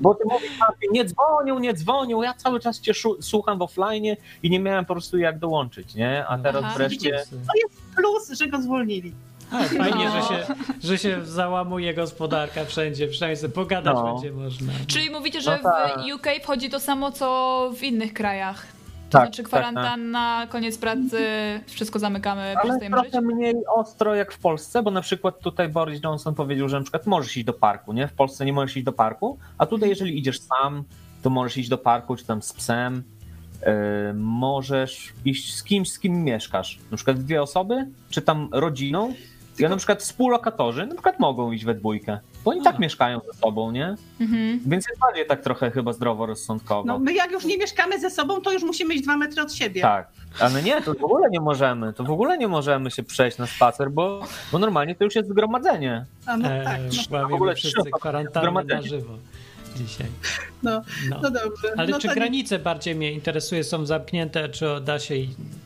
[SPEAKER 1] Bo ty mówisz, Martin, nie dzwonił, nie dzwonił, ja cały czas cię szu- słucham w offline
[SPEAKER 3] No
[SPEAKER 1] i nie miałem po prostu jak dołączyć, nie? A teraz
[SPEAKER 4] Aha,
[SPEAKER 1] wreszcie...
[SPEAKER 12] To jest plus, że go zwolnili.
[SPEAKER 3] Ale fajnie,
[SPEAKER 4] No.
[SPEAKER 3] że, się, że się załamuje gospodarka wszędzie, przynajmniej sobie pogadać
[SPEAKER 1] No.
[SPEAKER 3] będzie można.
[SPEAKER 4] Czyli mówicie, że
[SPEAKER 1] No tak.
[SPEAKER 4] w UK wchodzi to samo, co w innych krajach. To
[SPEAKER 1] Tak,
[SPEAKER 4] znaczy
[SPEAKER 1] tak,
[SPEAKER 4] kwarantanna, koniec pracy, wszystko zamykamy,
[SPEAKER 1] Ale
[SPEAKER 4] przestajemy żyć.
[SPEAKER 1] trochę mniej ostro jak w Polsce, bo na przykład tutaj Boris Johnson powiedział, że na przykład możesz iść do parku, nie? W Polsce nie możesz iść do parku, a
[SPEAKER 4] Mhm.
[SPEAKER 1] tutaj jeżeli idziesz sam, to możesz iść do parku, czy tam z psem, yy, możesz iść z kimś, z kim mieszkasz, na przykład dwie osoby, czy tam rodziną, ja na przykład współlokatorzy na przykład mogą iść we dwójkę, bo oni tak mieszkają ze sobą, nie?
[SPEAKER 4] Mhm.
[SPEAKER 1] Więc jest bardziej tak trochę chyba zdroworozsądkowo.
[SPEAKER 12] No, my jak już nie mieszkamy ze sobą, to już musimy iść dwa metry od siebie.
[SPEAKER 1] Tak. Ale nie, to w ogóle nie możemy. To w ogóle nie możemy się przejść na spacer, bo, bo normalnie to już jest zgromadzenie.
[SPEAKER 12] A no, tak,
[SPEAKER 3] Eee,
[SPEAKER 12] no,
[SPEAKER 1] W ogóle
[SPEAKER 3] łamiemy wszyscy
[SPEAKER 1] trzeba
[SPEAKER 3] kwarantannę
[SPEAKER 1] zgromadzenie.
[SPEAKER 3] na żywo dzisiaj.
[SPEAKER 12] no,
[SPEAKER 3] No.
[SPEAKER 12] no dobrze.
[SPEAKER 3] Ale
[SPEAKER 12] no
[SPEAKER 3] czy
[SPEAKER 12] to nie-
[SPEAKER 3] granice bardziej mnie interesuje, są zamknięte, czy da się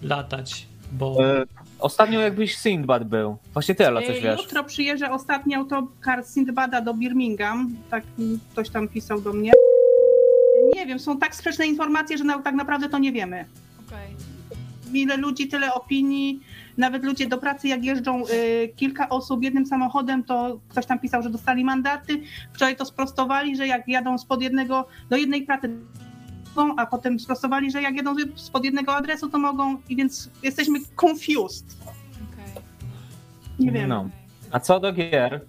[SPEAKER 3] latać? Bo
[SPEAKER 1] E, Ostatnio jakbyś Sindbad był. Właśnie ty, Ela, coś
[SPEAKER 12] Y,
[SPEAKER 1] wiesz.
[SPEAKER 12] Jutro przyjeżdża ostatni autokar z Sindbada do Birmingham. Tak mm, ktoś tam pisał do mnie. Nie wiem, są tak sprzeczne informacje, że na, tak naprawdę to nie wiemy.
[SPEAKER 4] Okej.
[SPEAKER 12] Ile ludzi, tyle opinii. Nawet ludzie do pracy, jak jeżdżą y, kilka osób jednym samochodem, to ktoś tam pisał, że dostali mandaty. Wczoraj to sprostowali, że jak jadą spod jednego do jednej pracy, mogą, a potem sprostowali, że jak jadą spod jednego adresu, to mogą. I więc jesteśmy confused.
[SPEAKER 4] okej.
[SPEAKER 12] Nie wiem.
[SPEAKER 1] No. A co do gier,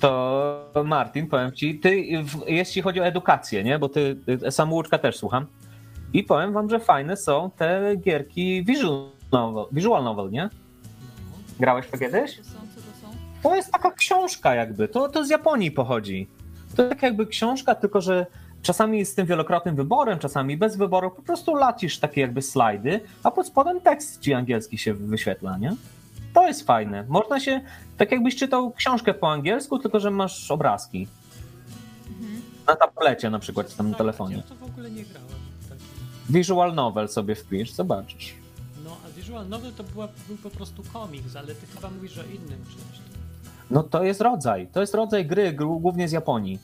[SPEAKER 1] to Martin, powiem ci, ty, w, jeśli chodzi o edukację, nie? Bo ty y, samouczka też słucham. I powiem wam, że fajne są te gierki visual novel, visual novel nie? Grałeś to kiedyś?
[SPEAKER 4] Co to są, co to są?
[SPEAKER 1] To jest taka książka jakby, to, to z Japonii pochodzi. To tak jakby książka, tylko że czasami z tym wielokrotnym wyborem, czasami bez wyboru, po prostu latisz takie jakby slajdy, a pod spodem tekst ci angielski się wyświetla, nie? To jest fajne. Można się, tak jakbyś czytał książkę po angielsku, tylko że masz obrazki. Na tablecie na przykład, czy tam na telefonie.
[SPEAKER 3] Ja Mhm. to w ogóle nie grałem. Tak, w taki-
[SPEAKER 1] Visual novel sobie wpisz, zobaczysz.
[SPEAKER 3] No, a Visual Novel to była, był po prostu komiks, ale ty chyba mówisz o innym czymś.
[SPEAKER 1] No to jest rodzaj, to jest rodzaj gry, gr- głównie z Japonii.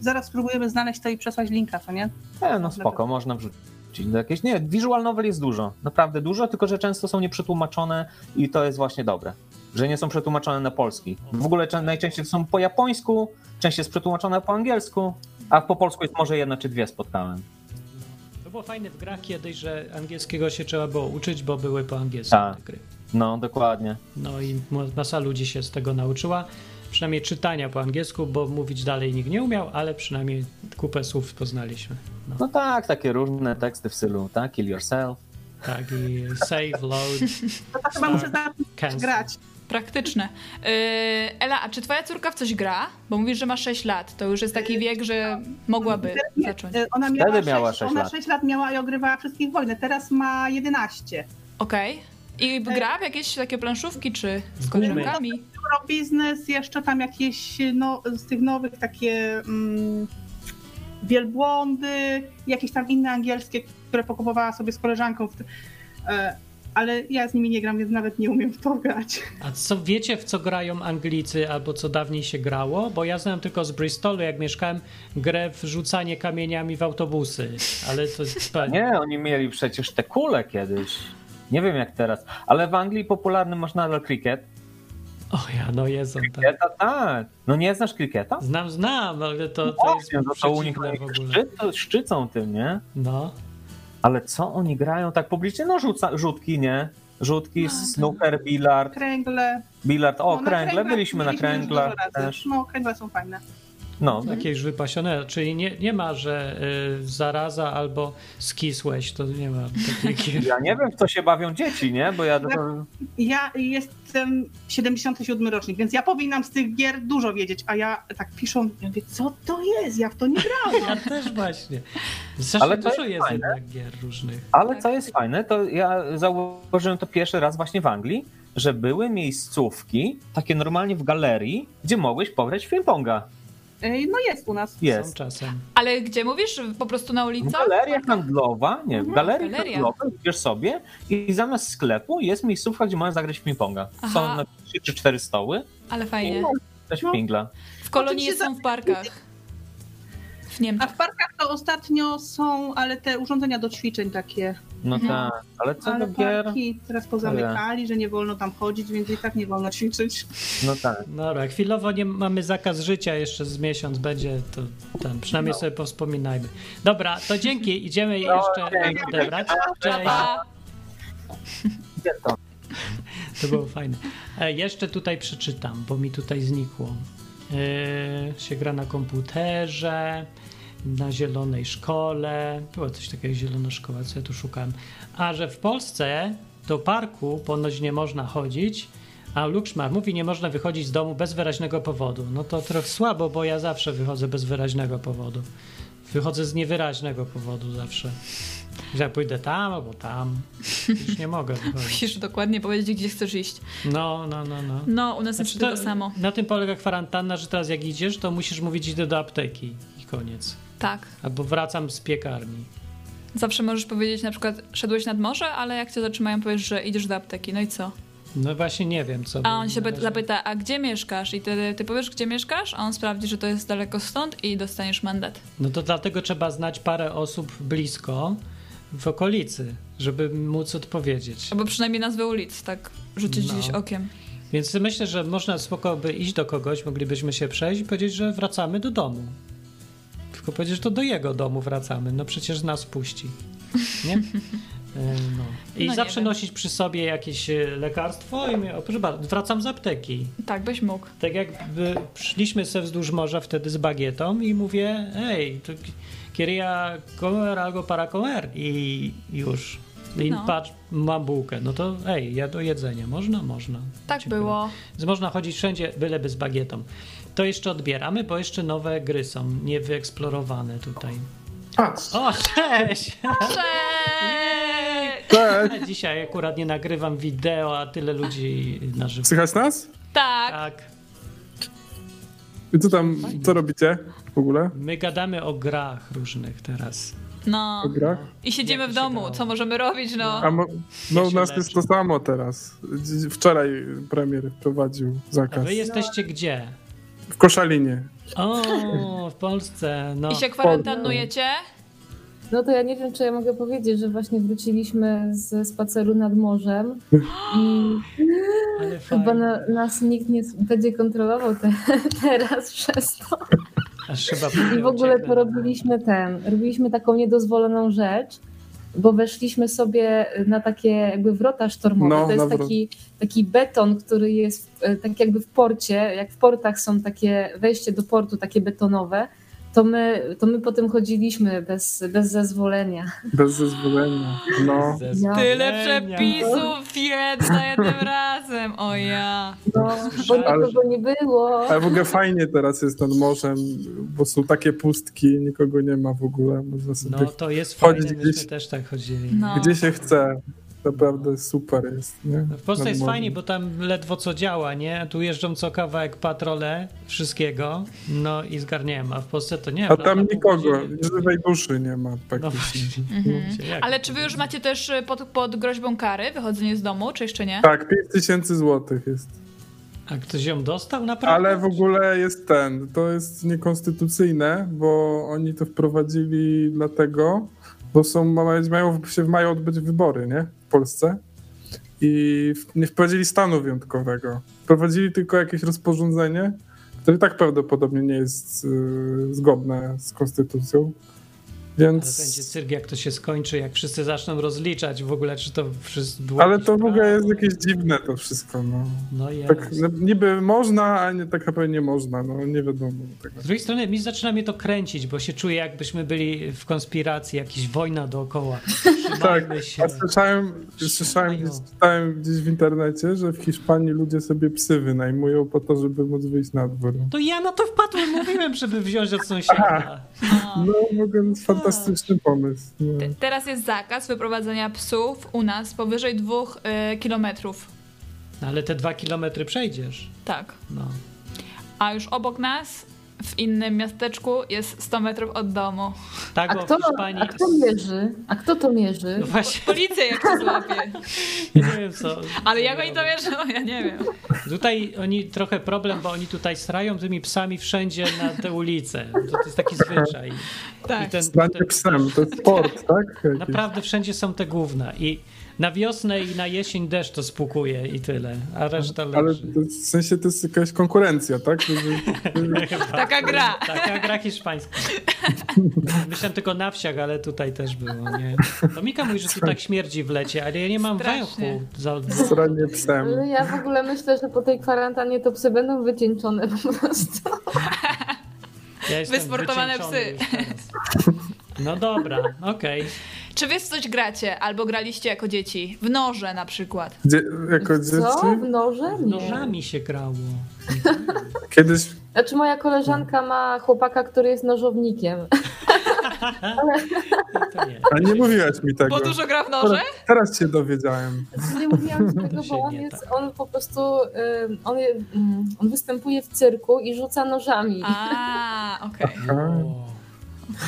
[SPEAKER 12] Zaraz spróbujemy znaleźć to i przesłać linka, co nie?
[SPEAKER 1] E, no spoko, można wrzucić do jakiejś. Nie, visual novel jest dużo, naprawdę dużo, tylko że często są nieprzetłumaczone i to jest właśnie dobre, że nie są przetłumaczone na polski. W ogóle czę- najczęściej są po japońsku, częściej jest przetłumaczone po angielsku, a po polsku jest może jedna czy dwie spotkałem.
[SPEAKER 3] To było fajne w grach kiedyś, że angielskiego się trzeba było uczyć, bo były po angielsku
[SPEAKER 1] Tak.
[SPEAKER 3] te gry.
[SPEAKER 1] No, dokładnie.
[SPEAKER 3] No i mo- masa ludzi się z tego nauczyła. Przynajmniej czytania po angielsku, bo mówić dalej nikt nie umiał, ale przynajmniej kupę słów poznaliśmy. No,
[SPEAKER 1] No tak, takie różne teksty w stylu, tak, kill yourself.
[SPEAKER 3] tak, i save, load,
[SPEAKER 12] No
[SPEAKER 1] tak
[SPEAKER 12] to chyba muszę zacząć
[SPEAKER 3] cancel.
[SPEAKER 12] grać.
[SPEAKER 4] Praktyczne. Yy, Ela, a czy twoja córka w coś gra? Bo mówisz, że ma 6 lat. To już jest taki wiek, że mogłaby zacząć.
[SPEAKER 12] Y, Ona
[SPEAKER 1] Wtedy
[SPEAKER 12] miała,
[SPEAKER 1] miała
[SPEAKER 12] sześć-
[SPEAKER 1] sześć
[SPEAKER 12] ona
[SPEAKER 1] lat.
[SPEAKER 12] 6 lat miała No, i ogrywała wszystkich wojny. Teraz ma E, 11.
[SPEAKER 4] Okej. I gra w jakieś takie planszówki, czy z
[SPEAKER 3] gumy.
[SPEAKER 4] koleżankami?
[SPEAKER 12] Pro biznes, jeszcze tam jakieś no, z tych nowych takie mm, wielbłądy, jakieś tam inne angielskie, które pokupowała sobie z koleżanką. W t- e, ale ja z nimi nie gram, więc nawet nie umiem w to grać.
[SPEAKER 3] A co wiecie, w co grają Anglicy albo co dawniej się grało? Bo ja znam tylko z Bristolu, jak mieszkałem, grę w rzucanie kamieniami w autobusy. Ale to jest.
[SPEAKER 1] Nie, oni mieli przecież te kule kiedyś. Nie wiem jak teraz, ale w Anglii popularny masz nadal cricket.
[SPEAKER 3] O ja, no jest on tak.
[SPEAKER 1] Krikieta, tak. No nie znasz cricketa?
[SPEAKER 3] Znam, znam, ale to, to jest
[SPEAKER 1] Właśnie, no to
[SPEAKER 3] przeciwne
[SPEAKER 1] uniknęli
[SPEAKER 3] w ogóle.
[SPEAKER 1] szczyt, to szczycą tym, nie?
[SPEAKER 3] No,
[SPEAKER 1] Ale co oni grają tak publicznie? No rzuca, rzutki, nie? Rzutki,
[SPEAKER 3] No,
[SPEAKER 1] snooker, bilard,
[SPEAKER 12] Kręgle.
[SPEAKER 1] bilard, o
[SPEAKER 12] no, na
[SPEAKER 1] kręgle,
[SPEAKER 12] kręglach
[SPEAKER 1] byliśmy na
[SPEAKER 12] byliśmy już
[SPEAKER 1] kręglach
[SPEAKER 12] dużo razy.
[SPEAKER 1] też.
[SPEAKER 12] No, kręgle są fajne.
[SPEAKER 1] No,
[SPEAKER 3] takie już wypasione. Czyli nie, nie ma, że y, zaraza albo skisłeś, to nie ma takich gier.
[SPEAKER 1] ja nie wiem w co się bawią dzieci, nie? Bo ja...
[SPEAKER 12] Ja jestem 77 rocznik, więc ja powinnam z tych gier dużo wiedzieć, a ja tak piszą, ja mówię, co to jest? Ja w to nie grałam.
[SPEAKER 3] Ja też właśnie. Zresztą
[SPEAKER 1] Ale to
[SPEAKER 3] dużo
[SPEAKER 1] jest
[SPEAKER 3] jest
[SPEAKER 1] fajne.
[SPEAKER 3] jednak gier różnych.
[SPEAKER 4] Tak.
[SPEAKER 1] Ale co jest fajne, to ja zauważyłem to pierwszy raz właśnie w Anglii, że były miejscówki, takie normalnie w galerii, gdzie mogłeś pobrać ping-ponga.
[SPEAKER 12] Ej, No jest u nas.
[SPEAKER 3] Są
[SPEAKER 1] Jest.
[SPEAKER 3] czasem.
[SPEAKER 4] Ale gdzie mówisz? Po prostu na
[SPEAKER 1] W
[SPEAKER 4] ulicy?
[SPEAKER 1] galeria handlowa, nie, w galerii
[SPEAKER 4] Mhm, galeria.
[SPEAKER 1] handlowej idziesz sobie i zamiast sklepu jest miejscówka, gdzie możesz zagrać w ping-ponga. Są
[SPEAKER 4] Aha. No.
[SPEAKER 1] na trzy czy cztery stoły
[SPEAKER 4] Ale
[SPEAKER 1] i
[SPEAKER 4] fajnie.
[SPEAKER 1] możesz grać w pingla.
[SPEAKER 4] W kolonii
[SPEAKER 12] Oczywiście
[SPEAKER 4] są w parkach. W
[SPEAKER 12] A
[SPEAKER 4] Niemczech.
[SPEAKER 12] w parkach to ostatnio są, ale te urządzenia do ćwiczeń takie.
[SPEAKER 1] No
[SPEAKER 12] Mhm.
[SPEAKER 1] tak, ale co
[SPEAKER 12] Ale tak,
[SPEAKER 1] do gier...
[SPEAKER 12] parki teraz pozamykali, że nie wolno tam chodzić, więc i tak nie wolno ćwiczyć.
[SPEAKER 1] No tak.
[SPEAKER 3] Dobra, chwilowo nie mamy zakaz życia, jeszcze z miesiąc będzie, to ten, przynajmniej
[SPEAKER 1] No.
[SPEAKER 3] sobie powspominajmy. Dobra, to dzięki, idziemy jeszcze
[SPEAKER 1] dzięki.
[SPEAKER 3] odebrać. Cześć. To było fajne. E, jeszcze tutaj przeczytam, bo mi tutaj znikło. E, się gra na komputerze, na zielonej szkole. Była coś takiego jak zielona szkoła, co ja tu szukałem. A że w Polsce do parku ponoć nie można chodzić, a Lukszmar mówi, nie można wychodzić z domu bez wyraźnego powodu. No to trochę słabo, bo ja zawsze wychodzę bez wyraźnego powodu. Wychodzę z niewyraźnego powodu zawsze. Że ja pójdę tam albo tam. Już nie mogę wychodzić.
[SPEAKER 5] Musisz dokładnie powiedzieć, gdzie chcesz iść.
[SPEAKER 3] No, no, no, no.
[SPEAKER 5] No, u nas
[SPEAKER 3] Znaczy,
[SPEAKER 5] jest to samo.
[SPEAKER 3] Na tym polega kwarantanna, że teraz jak idziesz, to musisz mówić idę do apteki i koniec.
[SPEAKER 5] Tak.
[SPEAKER 3] Albo wracam z piekarni.
[SPEAKER 5] Zawsze możesz powiedzieć na przykład, szedłeś nad morze, ale jak cię zatrzymają, powiesz, że idziesz do apteki. No i co?
[SPEAKER 3] No właśnie nie wiem co.
[SPEAKER 5] A
[SPEAKER 3] było.
[SPEAKER 5] on się
[SPEAKER 3] Na
[SPEAKER 5] pyta-
[SPEAKER 3] razie-
[SPEAKER 5] zapyta, a gdzie mieszkasz? I ty, ty powiesz, gdzie mieszkasz, a on sprawdzi, że to jest daleko stąd i dostaniesz mandat.
[SPEAKER 3] No to dlatego trzeba znać parę osób blisko w okolicy, żeby móc odpowiedzieć.
[SPEAKER 5] Albo przynajmniej nazwę ulic, tak rzucić
[SPEAKER 3] No.
[SPEAKER 5] gdzieś okiem.
[SPEAKER 3] Więc myślę, że można spoko by iść do kogoś, moglibyśmy się przejść i powiedzieć, że wracamy do domu. Tylko powiedzieć, że to do jego domu wracamy. No przecież nas puści. Nie? E, No. I
[SPEAKER 5] No nie
[SPEAKER 3] zawsze
[SPEAKER 5] wiem.
[SPEAKER 3] nosić przy sobie jakieś e, lekarstwo i mnie, o, proszę bardzo, wracam z apteki.
[SPEAKER 5] Tak, byś mógł.
[SPEAKER 3] Tak jakby szliśmy se wzdłuż morza wtedy z bagietą i mówię, ej, to ki- quería comer algo para comer i już. I
[SPEAKER 5] No.
[SPEAKER 3] patrz, mam bułkę. No to ej, ja do jedzenia. Można? Można.
[SPEAKER 5] Tak było.
[SPEAKER 3] Więc można chodzić wszędzie, byleby z bagietą. To jeszcze odbieramy, bo jeszcze nowe gry są niewyeksplorowane tutaj. O, cześć!
[SPEAKER 5] Cześć!
[SPEAKER 3] Dzisiaj akurat nie nagrywam wideo, a tyle ludzi na żywo.
[SPEAKER 13] Słychać nas?
[SPEAKER 5] Tak,
[SPEAKER 3] Tak,
[SPEAKER 13] I co tam, co robicie w ogóle?
[SPEAKER 3] my gadamy o grach różnych teraz.
[SPEAKER 5] no.
[SPEAKER 13] W grach?
[SPEAKER 5] I siedzimy w domu, co możemy robić, no.
[SPEAKER 13] A mo- no
[SPEAKER 3] Ja
[SPEAKER 13] u
[SPEAKER 3] się
[SPEAKER 13] nas
[SPEAKER 3] leczę.
[SPEAKER 13] jest to samo teraz. Dzi- Wczoraj premier wprowadził
[SPEAKER 3] A
[SPEAKER 13] zakaz.
[SPEAKER 3] wy jesteście gdzie?
[SPEAKER 13] W Koszalinie.
[SPEAKER 3] O, w Polsce, no.
[SPEAKER 5] I się kwarantanujecie?
[SPEAKER 9] No to ja nie wiem, czy ja mogę powiedzieć, że właśnie wróciliśmy ze spaceru nad morzem i
[SPEAKER 3] Ale
[SPEAKER 9] chyba
[SPEAKER 3] fajnie.
[SPEAKER 9] na, nas nikt nie będzie kontrolował te, teraz przez to.
[SPEAKER 3] Aż chyba
[SPEAKER 9] I w ogóle to robiliśmy ten, robiliśmy taką niedozwoloną rzecz, bo weszliśmy sobie na takie jakby wrota sztormowe.
[SPEAKER 13] No,
[SPEAKER 9] to jest
[SPEAKER 13] na wrot-
[SPEAKER 9] taki, taki beton, który jest e, tak jakby w porcie, jak w portach są takie wejście do portu takie betonowe, to my, to my po tym chodziliśmy bez, bez zezwolenia.
[SPEAKER 13] Bez zezwolenia. No.
[SPEAKER 9] No,
[SPEAKER 5] Tyle przepisów jed za jednym razem, o ja.
[SPEAKER 9] no, bo
[SPEAKER 13] Ale-
[SPEAKER 9] nikogo nie było.
[SPEAKER 13] Ale w ogóle fajnie teraz jest nad morzem, bo są takie pustki, nikogo nie ma w ogóle. Można sobie
[SPEAKER 3] No to jest
[SPEAKER 13] Chodzi
[SPEAKER 3] fajne, myśmy
[SPEAKER 13] gdzieś-
[SPEAKER 3] też tak chodzili.
[SPEAKER 5] No.
[SPEAKER 13] gdzie się chce. Naprawdę super jest. Nie?
[SPEAKER 3] No W Polsce
[SPEAKER 13] Nad
[SPEAKER 3] jest
[SPEAKER 13] morzem.
[SPEAKER 3] fajnie, bo tam ledwo co działa, nie? Tu jeżdżą co kawałek patrole wszystkiego, no i zgarniałem, a w Polsce to nie.
[SPEAKER 13] A
[SPEAKER 3] na-
[SPEAKER 13] tam
[SPEAKER 3] na pół
[SPEAKER 13] nikogo,
[SPEAKER 3] godziny.
[SPEAKER 13] żywej duszy nie ma
[SPEAKER 3] No
[SPEAKER 13] praktycznie.
[SPEAKER 3] właśnie.
[SPEAKER 5] Mhm.
[SPEAKER 3] Jak?
[SPEAKER 5] Ale czy wy już macie też y, pod, pod groźbą kary wychodzenie z domu, czy jeszcze nie?
[SPEAKER 13] Tak, 5000 złotych jest.
[SPEAKER 3] A ktoś ją dostał naprawdę?
[SPEAKER 13] Ale w ogóle jest ten, to jest niekonstytucyjne, bo oni to wprowadzili dlatego, bo są, mają się w maju odbyć wybory, nie? W Polsce. I w- nie wprowadzili stanu wyjątkowego. Wprowadzili tylko jakieś rozporządzenie, które i tak prawdopodobnie nie jest y, zgodne z konstytucją.
[SPEAKER 3] Ale
[SPEAKER 13] Więc...
[SPEAKER 3] będzie cyrk, jak to się skończy, jak wszyscy zaczną rozliczać w ogóle, czy to wszystko było
[SPEAKER 13] Ale
[SPEAKER 3] jakieś
[SPEAKER 13] to w ogóle
[SPEAKER 3] prawo?
[SPEAKER 13] jest jakieś dziwne to wszystko, no.
[SPEAKER 3] No jest.
[SPEAKER 13] Tak, no, niby można, a nie, tak naprawdę nie można, no nie wiadomo. Tego.
[SPEAKER 3] Z drugiej strony mi zaczyna mnie to kręcić, bo się czuję jakbyśmy byli w konspiracji, jakaś wojna dookoła. Trzymajmy się.
[SPEAKER 13] Tak, A słyszałem, słyszałem gdzieś, czytałem gdzieś w internecie, że w Hiszpanii ludzie sobie psy wynajmują po to, żeby móc wyjść na dwór.
[SPEAKER 3] To ja na to wpadłem, mówiłem, żeby wziąć od sąsiada.
[SPEAKER 13] No, w ogóle to jest fantastyczny pomysł. No.
[SPEAKER 5] Te- Teraz jest zakaz wyprowadzania psów u nas powyżej dwóch y, kilometrów.
[SPEAKER 3] No, ale te dwa kilometry przejdziesz.
[SPEAKER 5] Tak.
[SPEAKER 3] No.
[SPEAKER 5] A już obok nas,
[SPEAKER 4] w innym miasteczku jest 100 metrów od domu.
[SPEAKER 3] Tak,
[SPEAKER 9] A kto, a kto mierzy? A kto to mierzy?
[SPEAKER 4] No właśnie. Policja jak to złapie.
[SPEAKER 3] Nie wiem co.
[SPEAKER 4] Ale jak oni to wierzą? Ja nie wiem.
[SPEAKER 3] Tutaj oni trochę problem, bo oni tutaj srają tymi psami wszędzie na te ulice. To jest taki zwyczaj.
[SPEAKER 13] Tak. psem, to jest sport, tak? Jakiś.
[SPEAKER 3] Naprawdę wszędzie są te główne i na wiosnę i na jesień deszcz to spukuje i tyle, a reszta
[SPEAKER 13] Ale
[SPEAKER 3] leży.
[SPEAKER 13] to, w sensie to jest jakaś konkurencja, tak? Że-
[SPEAKER 3] Chyba.
[SPEAKER 4] Taka gra.
[SPEAKER 3] Taka gra hiszpańska. Myślałem tylko na wsiach, ale tutaj też było, nie? To Mika mówi, że tu tak śmierdzi w lecie, ale ja nie mam węchu. Za...
[SPEAKER 13] Sranie psem.
[SPEAKER 9] Ale No ja w ogóle myślę, że po tej kwarantannie to psy będą wycieńczone po prostu.
[SPEAKER 3] Ja jestem
[SPEAKER 4] Wysportowane
[SPEAKER 3] wycieńczony
[SPEAKER 4] psy.
[SPEAKER 3] już teraz. No dobra, okej.
[SPEAKER 4] Czy wy w coś gracie albo graliście jako dzieci? W noże na przykład.
[SPEAKER 13] Dzie- jako
[SPEAKER 9] Co?
[SPEAKER 13] dzieci?
[SPEAKER 9] W noże? Nie.
[SPEAKER 3] Nożami się grało.
[SPEAKER 13] Kiedyś
[SPEAKER 9] Znaczy moja koleżanka ma chłopaka, który jest nożownikiem.
[SPEAKER 13] A nie mówiłaś mi tego.
[SPEAKER 4] Bo dużo gra w noże?
[SPEAKER 13] Teraz- Teraz się dowiedziałem.
[SPEAKER 9] Nie mówiłam ci tego, bo on jest, on po prostu, ym, on, je- mm, on występuje w cyrku i rzuca nożami.
[SPEAKER 4] A, okej.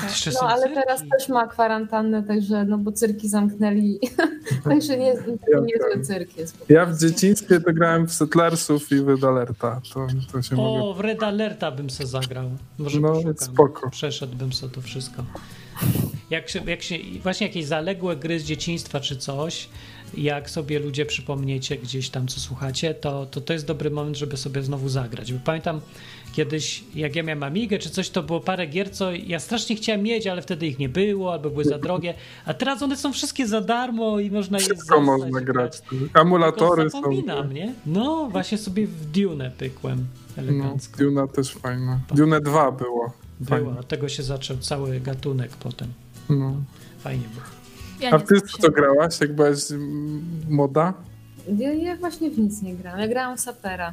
[SPEAKER 3] Jeszcze
[SPEAKER 9] No
[SPEAKER 3] są
[SPEAKER 9] ale teraz też ma kwarantannę, także no bo cyrki zamknęli, także nie,
[SPEAKER 13] Ja
[SPEAKER 9] niezły
[SPEAKER 13] wiem.
[SPEAKER 9] cyrk jest.
[SPEAKER 13] Ja w dzieciństwie to grałem w Settlersów i w Red Alerta. To, to się mogę...
[SPEAKER 3] O, w Red Alerta bym se zagrał. Może
[SPEAKER 13] No,
[SPEAKER 3] poszukam.
[SPEAKER 13] spoko.
[SPEAKER 3] Przeszedłbym sobie to wszystko. Jak się, jak się, właśnie jakieś zaległe gry z dzieciństwa czy coś, jak sobie ludzie przypomniecie gdzieś tam, co słuchacie, to to, to jest dobry moment, żeby sobie znowu zagrać. Bo pamiętam kiedyś, jak ja miałem Amigę czy coś, to było parę gier, co ja strasznie chciałem mieć, ale wtedy ich nie było, albo były za drogie. A teraz one są wszystkie za darmo i można je
[SPEAKER 13] Wszystko
[SPEAKER 3] zastać
[SPEAKER 13] można grać. Amulatory są.
[SPEAKER 3] zapominam, nie? No, właśnie sobie w Dune pykłem
[SPEAKER 13] No,
[SPEAKER 3] elegancko.
[SPEAKER 13] Duna też fajna. Dune 2 było. Fajne.
[SPEAKER 3] Tak. Było, od tego się zaczął cały gatunek potem.
[SPEAKER 13] No.
[SPEAKER 3] Fajnie było.
[SPEAKER 13] A ty w co grałaś, jak byłaś mm, moda?
[SPEAKER 9] Ja, ja właśnie w nic nie grałam, ja grałam w sapera.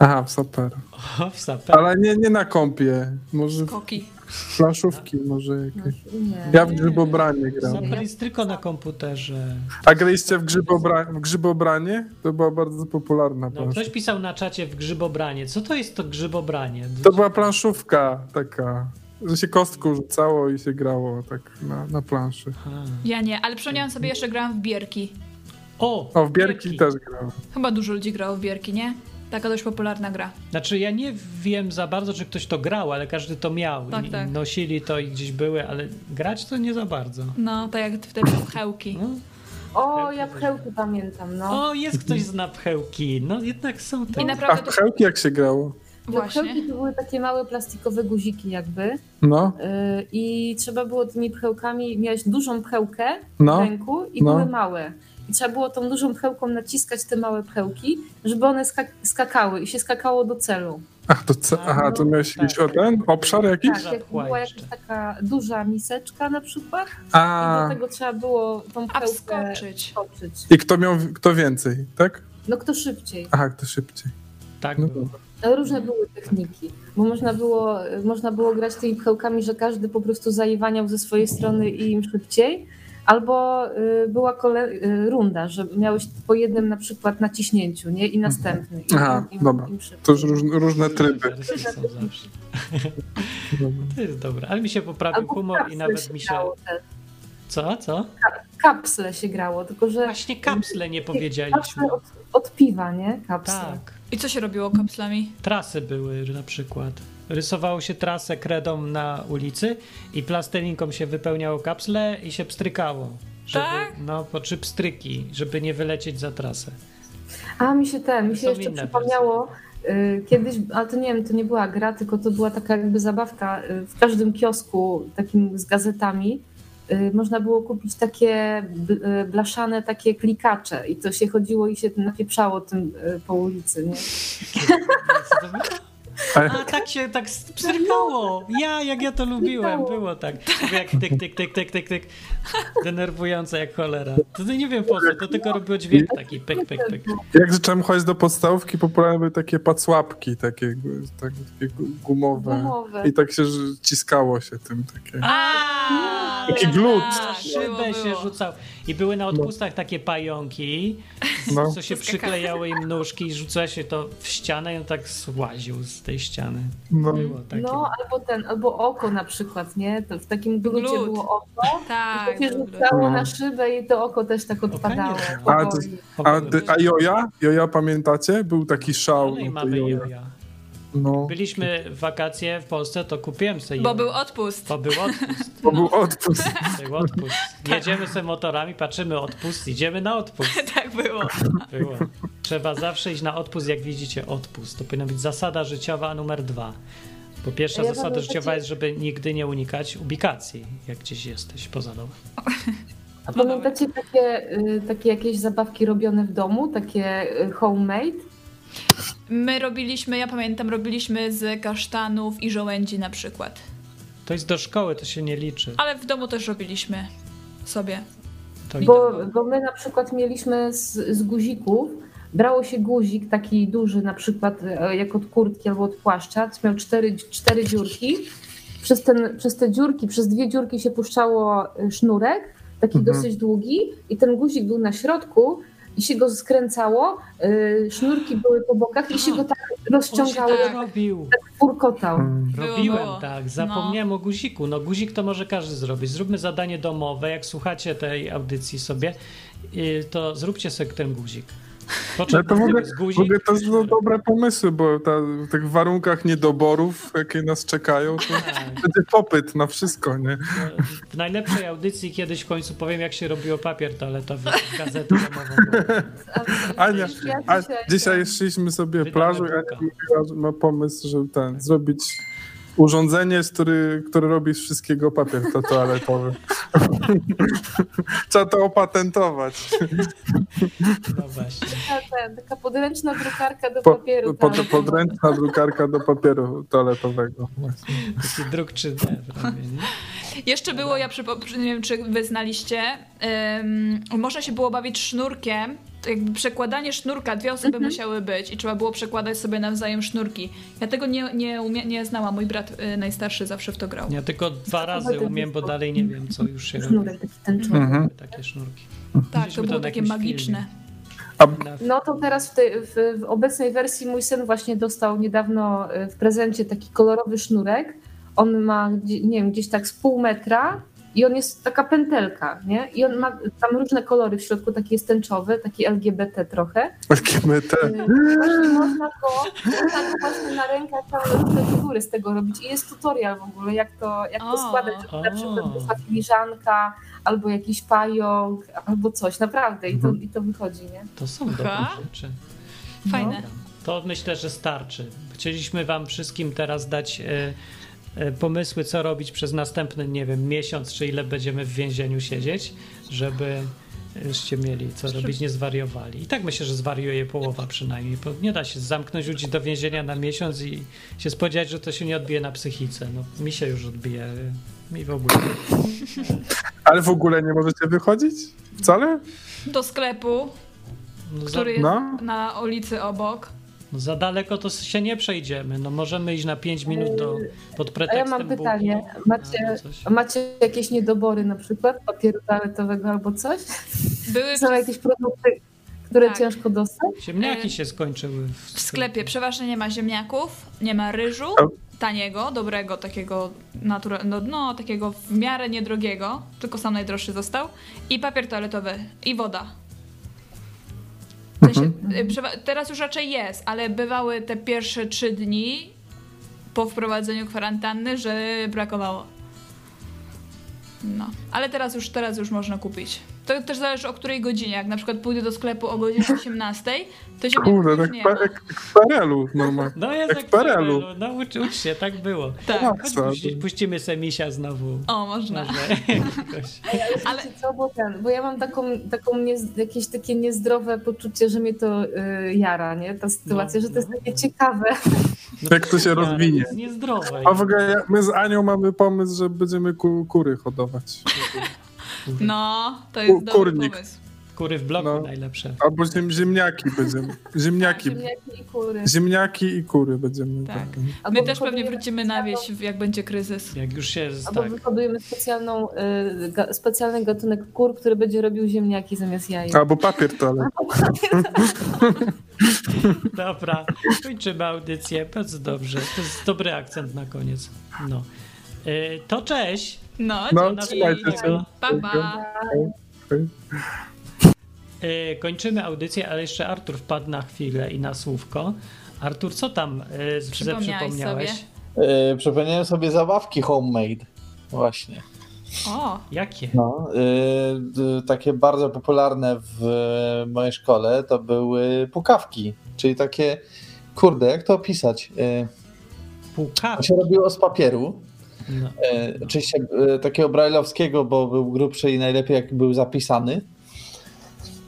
[SPEAKER 13] Aha, w super.
[SPEAKER 3] O, w sapę.
[SPEAKER 13] Ale nie, nie na kompie. Może w
[SPEAKER 4] Koki.
[SPEAKER 13] flaszówki może jakieś.
[SPEAKER 3] No,
[SPEAKER 9] Nie.
[SPEAKER 13] Ja w grzybobranie grałem.
[SPEAKER 3] Zapal jest tylko na komputerze.
[SPEAKER 13] A graliście w, grzybobra... w grzybobranie? To była bardzo popularna
[SPEAKER 3] No,
[SPEAKER 13] plansza.
[SPEAKER 3] ktoś pisał na czacie w grzybobranie. Co to jest to grzybobranie?
[SPEAKER 13] To była planszówka taka, że się kostką rzucało i się grało tak na, na planszy.
[SPEAKER 4] Ja nie, ale przypomniałam sobie, jeszcze grałam w bierki.
[SPEAKER 3] O!
[SPEAKER 13] O, w bierki też grałem.
[SPEAKER 4] Chyba dużo ludzi grało w bierki, nie? Taka dość popularna gra.
[SPEAKER 3] Znaczy ja nie wiem za bardzo, czy ktoś to grał, ale każdy to miał.
[SPEAKER 4] Tak,
[SPEAKER 3] I
[SPEAKER 4] tak.
[SPEAKER 3] Nosili to i gdzieś były, ale grać to nie za bardzo.
[SPEAKER 4] No, tak jak wtedy pchełki.
[SPEAKER 9] O, ja pchełki pamiętam, no.
[SPEAKER 3] O, jest ktoś z napchełki. No jednak są te...
[SPEAKER 9] I
[SPEAKER 13] A
[SPEAKER 9] naprawdę
[SPEAKER 13] w pchełki jak się grało?
[SPEAKER 9] No, pchełki to były takie małe plastikowe guziki jakby.
[SPEAKER 13] No,
[SPEAKER 9] Yy, I trzeba było tymi pchełkami, miałeś dużą pchełkę
[SPEAKER 13] No.
[SPEAKER 9] w ręku i
[SPEAKER 13] No.
[SPEAKER 9] były małe. I trzeba było tą dużą pchełką naciskać te małe pchełki, żeby one skak- skakały i się skakało do celu.
[SPEAKER 13] ach to co? Aha, to miałeś jakiś o ten obszar jakiś?
[SPEAKER 9] Tak, jak była jakaś taka duża miseczka na przykład i
[SPEAKER 13] A,
[SPEAKER 9] do tego trzeba było tą pchełkę wskoczyć.
[SPEAKER 13] i kto miał, kto więcej, tak?
[SPEAKER 9] No kto szybciej.
[SPEAKER 13] Aha, kto szybciej.
[SPEAKER 3] Tak.
[SPEAKER 13] No, dobra.
[SPEAKER 9] Ale Różne były techniki, bo można było, można było grać tymi pchełkami, że każdy po prostu zaiwaniał ze swojej strony i im szybciej, albo y, była kole- y, runda, że miałeś po jednym na przykład naciśnięciu, nie? I następny. I
[SPEAKER 13] Aha,
[SPEAKER 9] im, im,
[SPEAKER 13] dobra.
[SPEAKER 9] Im szybciej.
[SPEAKER 13] To już róż, różne tryby.
[SPEAKER 3] Są zawsze. to jest dobre. Ale mi się poprawił
[SPEAKER 9] Albo
[SPEAKER 3] humor i
[SPEAKER 9] kapsle
[SPEAKER 3] nawet
[SPEAKER 9] się
[SPEAKER 3] mi się...
[SPEAKER 9] grało też.
[SPEAKER 3] Co, co?
[SPEAKER 9] Kapsle się grało, tylko że...
[SPEAKER 3] Właśnie kapsle nie powiedzieliśmy.
[SPEAKER 9] Kapsle od, od piwa, nie? Kapsle.
[SPEAKER 3] Tak.
[SPEAKER 4] I co się robiło kapslami?
[SPEAKER 3] Trasy były na przykład. Rysowało się trasę kredą na ulicy i plastelinką się wypełniało kapsle i się pstrykało. Żeby, No, po trzy pstryki, żeby nie wylecieć za trasę.
[SPEAKER 9] A mi się ten, mi się
[SPEAKER 3] Są
[SPEAKER 9] jeszcze
[SPEAKER 3] inne
[SPEAKER 9] przypomniało y, kiedyś, ale to nie wiem, to nie była gra, tylko to była taka jakby zabawka y, w każdym kiosku takim z gazetami. y, Można było kupić takie bl- y, blaszane takie klikacze i to się chodziło i się napieprzało tym y, po ulicy. Nie?
[SPEAKER 3] A tak się tak pstrykało! Ja, jak ja to lubiłem, było tak. Jak tyk, tyk, tyk, tyk, tyk, tyk. Denerwujące jak cholera. To nie wiem po co, to tylko robiło dźwięk taki pyk, pyk, pyk.
[SPEAKER 13] Jak zacząłem chodzić do podstawówki, popularne były takie pacłapki, takie, gu- tak- takie gu- gumowe.
[SPEAKER 9] Gumowe.
[SPEAKER 13] I tak się że ciskało się tym. Takie.
[SPEAKER 4] A,
[SPEAKER 13] Taki glut.
[SPEAKER 3] Tak, Szybę się rzucał. I były na odpustach takie pająki,
[SPEAKER 13] No.
[SPEAKER 3] co się przyklejały im nóżki i rzucała się to w ścianę i on tak słaził z tej ściany.
[SPEAKER 13] No.
[SPEAKER 4] Mm.
[SPEAKER 3] Było tak. takie.
[SPEAKER 9] No, albo ten, albo oko na przykład, nie? To w takim glucie
[SPEAKER 4] Glut.
[SPEAKER 9] było oko.
[SPEAKER 4] Tak,
[SPEAKER 9] I to się
[SPEAKER 4] był
[SPEAKER 9] rzucało
[SPEAKER 13] glut.
[SPEAKER 9] na szybę i to oko też tak odpadało.
[SPEAKER 13] A,
[SPEAKER 9] powoli.
[SPEAKER 13] ty- a, ty- a Joja? Joja pamiętacie? Był taki szał.
[SPEAKER 3] No i
[SPEAKER 13] na
[SPEAKER 3] mamy
[SPEAKER 13] tej
[SPEAKER 3] joja.
[SPEAKER 13] No,
[SPEAKER 3] Byliśmy w wakacje w Polsce, to kupiłem sobie
[SPEAKER 4] Bo
[SPEAKER 3] joja.
[SPEAKER 4] był odpust.
[SPEAKER 3] Bo był odpust. No.
[SPEAKER 13] to był odpust.
[SPEAKER 3] Był odpust. Tak. Jedziemy sobie motorami, patrzymy odpust, idziemy na odpust.
[SPEAKER 4] tak było.
[SPEAKER 3] Było. Trzeba zawsze iść na odpust, jak widzicie odpust. To powinna być zasada życiowa numer dwa. Bo pierwsza
[SPEAKER 9] A ja
[SPEAKER 3] zasada
[SPEAKER 9] pamiętacie-
[SPEAKER 3] życiowa jest, żeby nigdy nie unikać ubikacji, jak gdzieś jesteś poza domem.
[SPEAKER 9] A pamiętacie No, takie, y, takie jakieś zabawki robione w domu, takie y, homemade?
[SPEAKER 4] My robiliśmy, ja pamiętam, robiliśmy z kasztanów i żołędzi na przykład.
[SPEAKER 3] To jest do szkoły, to się nie liczy.
[SPEAKER 4] Ale w domu też robiliśmy sobie.
[SPEAKER 3] To tak.
[SPEAKER 9] Bo, bo my na przykład mieliśmy z, z guzików, brało się guzik taki duży, na przykład e, jak od kurtki albo od płaszcza, to miał cztery, cztery dziurki. Przez, ten, przez te dziurki, przez dwie dziurki się puszczało e, sznurek, taki
[SPEAKER 13] Mhm.
[SPEAKER 9] dosyć długi, i ten guzik był na środku. I się go skręcało, e, sznurki były po bokach i się go tak rozciągało,
[SPEAKER 3] tak
[SPEAKER 9] tak
[SPEAKER 3] robił.
[SPEAKER 9] furkotał.
[SPEAKER 4] Było,
[SPEAKER 3] Robiłem
[SPEAKER 4] było.
[SPEAKER 3] tak, zapomniałem o guziku. No guzik to może każdy zrobić. Zróbmy zadanie domowe, jak słuchacie tej audycji sobie, y, to zróbcie sobie ten guzik. Po czym
[SPEAKER 13] Ale to w ogóle,
[SPEAKER 3] jest
[SPEAKER 13] w ogóle to są dobre pomysły, bo ta, w tych warunkach niedoborów, jakie nas czekają, to
[SPEAKER 3] Tak.
[SPEAKER 13] będzie popyt na wszystko, nie?
[SPEAKER 3] W najlepszej audycji kiedyś w końcu powiem, jak się robiło papier toaletowy, gazetę domową.
[SPEAKER 13] Ania,
[SPEAKER 9] Ja
[SPEAKER 13] a
[SPEAKER 9] dzisiaj-
[SPEAKER 13] dzisiaj szliśmy sobie
[SPEAKER 3] Wydamy
[SPEAKER 13] plażą i
[SPEAKER 3] buka.
[SPEAKER 13] Ania mówiła, że ma pomysł, żeby ten, zrobić urządzenie, z który, które robi z wszystkiego papier to toaletowy. Trzeba to opatentować.
[SPEAKER 3] No właśnie.
[SPEAKER 9] Taka, ten, taka podręczna drukarka do
[SPEAKER 13] Po,
[SPEAKER 9] papieru. tak.
[SPEAKER 13] po,
[SPEAKER 4] tak.
[SPEAKER 9] tam.
[SPEAKER 13] podręczna drukarka do papieru toaletowego. Właśnie.
[SPEAKER 3] Taki druk 3D prawie, nie?
[SPEAKER 4] Jeszcze było, ja przypo- nie wiem, czy wy znaliście, ym, można się było bawić sznurkiem, to jakby przekładanie sznurka, dwie osoby musiały być i trzeba było przekładać sobie nawzajem sznurki. Ja tego nie, nie, umie- nie znałam, mój brat y, najstarszy zawsze w to grał.
[SPEAKER 3] Ja tylko dwa razy umiem, bo dalej nie wiem, co już się robi.
[SPEAKER 9] Sznurek taki tęczowy.
[SPEAKER 13] Mhm.
[SPEAKER 3] Takie sznurki.
[SPEAKER 4] Tak, to
[SPEAKER 3] Widzieliśmy
[SPEAKER 4] było
[SPEAKER 3] na
[SPEAKER 4] takie
[SPEAKER 3] jakimś
[SPEAKER 4] magiczne.
[SPEAKER 9] No to teraz w, tej, w, w obecnej wersji mój syn właśnie dostał niedawno y, w prezencie taki kolorowy sznurek. On ma, gdzie- nie wiem, gdzieś tak z pół metra i on jest taka pętelka, nie? I on ma tam różne kolory w środku, taki jest tęczowy, taki LGBT trochę.
[SPEAKER 13] LGBT.
[SPEAKER 9] Y, Właśnie można go, można go właśnie tak na rękach tam różne figury z tego robić. I jest tutorial w ogóle, jak to, jak to
[SPEAKER 4] O,
[SPEAKER 9] składać, żeby na przykład
[SPEAKER 3] o.
[SPEAKER 9] wyszła filiżanka, albo jakiś pająk, albo coś, naprawdę. I to, i to wychodzi, nie?
[SPEAKER 3] Mhm. To są dobre No.
[SPEAKER 4] Aha.
[SPEAKER 3] rzeczy.
[SPEAKER 4] Fajne.
[SPEAKER 3] To myślę, że starczy. Chcieliśmy Wam wszystkim teraz dać e, e, pomysły, co robić przez następny, nie wiem, miesiąc, czy ile będziemy w więzieniu siedzieć, żeby e, żeście mieli co robić, nie zwariowali. I tak myślę, że zwariuje połowa przynajmniej, bo nie da się zamknąć ludzi do więzienia na miesiąc i się spodziewać, że to się nie odbije na psychice. No, mi się już odbije, e, mi w ogóle.
[SPEAKER 13] Ale w ogóle nie możecie wychodzić? Wcale?
[SPEAKER 4] Do sklepu,
[SPEAKER 3] No, za,
[SPEAKER 4] który jest
[SPEAKER 13] No.
[SPEAKER 4] na ulicy obok.
[SPEAKER 3] no, za daleko to się nie przejdziemy. No, możemy iść na 5 minut do, pod
[SPEAKER 9] A ja
[SPEAKER 3] pretekstem
[SPEAKER 9] mam
[SPEAKER 3] bułki.
[SPEAKER 9] pytanie. Macie,
[SPEAKER 3] Albo coś.
[SPEAKER 9] macie jakieś niedobory na przykład papieru toaletowego albo coś?
[SPEAKER 4] Były
[SPEAKER 9] Są jakieś produkty, które
[SPEAKER 4] Tak.
[SPEAKER 9] ciężko dostać?
[SPEAKER 3] Ziemniaki
[SPEAKER 4] Y,
[SPEAKER 3] się skończyły w,
[SPEAKER 4] w sklepie, przeważnie nie ma ziemniaków, nie ma ryżu,
[SPEAKER 13] No.
[SPEAKER 4] taniego, dobrego, takiego natura- no, no takiego w miarę niedrogiego, tylko sam najdroższy został, i papier toaletowy, i woda. W sensie,
[SPEAKER 13] Mhm.
[SPEAKER 4] y, przewa- teraz już raczej jest, ale bywały te pierwsze trzy dni po wprowadzeniu kwarantanny, że brakowało. No, ale teraz już, teraz już można kupić. To też zależy o której godzinie. Jak na przykład pójdę do sklepu o godzinie 18, to się
[SPEAKER 13] Kurde, tak
[SPEAKER 4] nie
[SPEAKER 13] pa-
[SPEAKER 4] ma.
[SPEAKER 13] jak jak w PRL-u normalnie.
[SPEAKER 3] No jest
[SPEAKER 13] Jak
[SPEAKER 3] jak
[SPEAKER 13] w
[SPEAKER 3] w
[SPEAKER 13] PRL-u.
[SPEAKER 3] PRL-u. No ucz, ucz się, tak było.
[SPEAKER 4] Tak.
[SPEAKER 3] Chodź,
[SPEAKER 13] co?
[SPEAKER 3] puści- puścimy se misia znowu.
[SPEAKER 4] O, można.
[SPEAKER 3] Może jakiegoś.
[SPEAKER 9] Ale co, bo, ten, bo ja mam taką, taką nie, jakieś takie niezdrowe poczucie, że mnie to y, jara, nie? Ta sytuacja,
[SPEAKER 3] No,
[SPEAKER 9] że to jest takie ciekawe.
[SPEAKER 3] No
[SPEAKER 13] Jak to się
[SPEAKER 3] ale
[SPEAKER 13] rozwinie.
[SPEAKER 3] jest niezdrowe.
[SPEAKER 13] A w ogóle ja- my z Anią mamy pomysł, że będziemy ku, kury hodować.
[SPEAKER 4] No, to jest
[SPEAKER 13] Ku-
[SPEAKER 4] dobry
[SPEAKER 13] kurnik.
[SPEAKER 4] pomysł.
[SPEAKER 3] kury w bloku najlepsze.
[SPEAKER 13] Albo ziem, ziemniaki będziemy. Ziemniaki.
[SPEAKER 9] Ziemniaki i kury.
[SPEAKER 13] Ziemniaki i kury będziemy.
[SPEAKER 4] Tak.
[SPEAKER 13] tak.
[SPEAKER 4] My też pewnie wrócimy na wieś, jak będzie kryzys.
[SPEAKER 3] Jak już się
[SPEAKER 9] Albo
[SPEAKER 3] tak.
[SPEAKER 9] wyhodujemy specjalną, y, ga, specjalny gatunek kur, który będzie robił ziemniaki zamiast jaj.
[SPEAKER 13] Albo papier toalet.
[SPEAKER 3] Dobra, kończymy audycję. Bardzo dobrze. To jest dobry akcent na koniec. No. Y, To cześć.
[SPEAKER 4] No,
[SPEAKER 13] No, dzięki. trzymajcie się.
[SPEAKER 4] Pa, pa.
[SPEAKER 3] Y, Kończymy audycję, ale jeszcze Artur wpadł na chwilę i na słówko. Artur, co tam y, z- ze
[SPEAKER 4] Przypomniałeś
[SPEAKER 3] przypomniałeś?
[SPEAKER 4] sobie?
[SPEAKER 6] E, przypomniałem sobie zabawki homemade. Właśnie.
[SPEAKER 4] O,
[SPEAKER 3] Jakie?
[SPEAKER 6] No, y, d- takie bardzo popularne w e, mojej szkole to były pukawki, czyli takie, kurde, jak to opisać? Y, to
[SPEAKER 3] Pukawki.
[SPEAKER 6] się robiło z papieru,
[SPEAKER 3] No.
[SPEAKER 6] e, oczywiście e, takiego brajlowskiego, bo był grubszy i najlepiej jak był zapisany.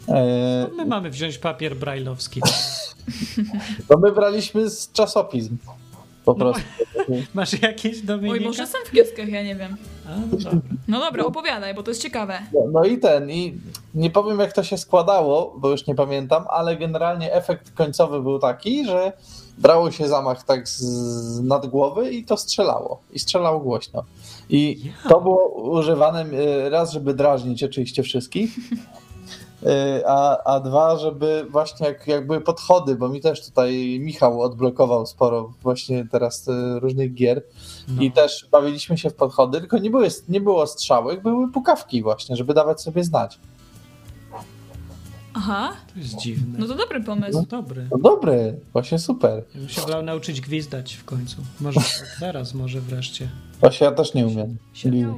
[SPEAKER 6] E,
[SPEAKER 3] My mamy wziąć papier brajlowski.
[SPEAKER 6] to my braliśmy z czasopism, po prostu.
[SPEAKER 3] Masz jakieś
[SPEAKER 4] oj,
[SPEAKER 3] Dominika?
[SPEAKER 4] może są w kioskach, ja nie wiem.
[SPEAKER 3] A, no dobra.
[SPEAKER 4] No dobra, opowiadaj, bo to jest ciekawe.
[SPEAKER 6] No, no i ten, i nie powiem jak to się składało, bo już nie pamiętam, ale generalnie efekt końcowy był taki, że brało się zamach tak z nad głowy i to strzelało. I strzelało głośno. I to było używane e, raz, żeby drażnić oczywiście wszystkich, e, a, a dwa, żeby właśnie jak, jak były podchody, bo mi też tutaj Michał odblokował sporo właśnie teraz e, różnych gier
[SPEAKER 3] No.
[SPEAKER 6] i też bawiliśmy się w podchody, tylko nie, były, nie było strzałek, były pukawki właśnie, żeby dawać sobie znać.
[SPEAKER 4] Aha,
[SPEAKER 3] To jest dziwne.
[SPEAKER 4] no to dobry pomysł.
[SPEAKER 3] Dobry.
[SPEAKER 6] No dobry, właśnie super.
[SPEAKER 3] Ja bym się wolał nauczyć gwizdać w końcu. Może teraz, może wreszcie.
[SPEAKER 6] Właśnie ja też nie umiem.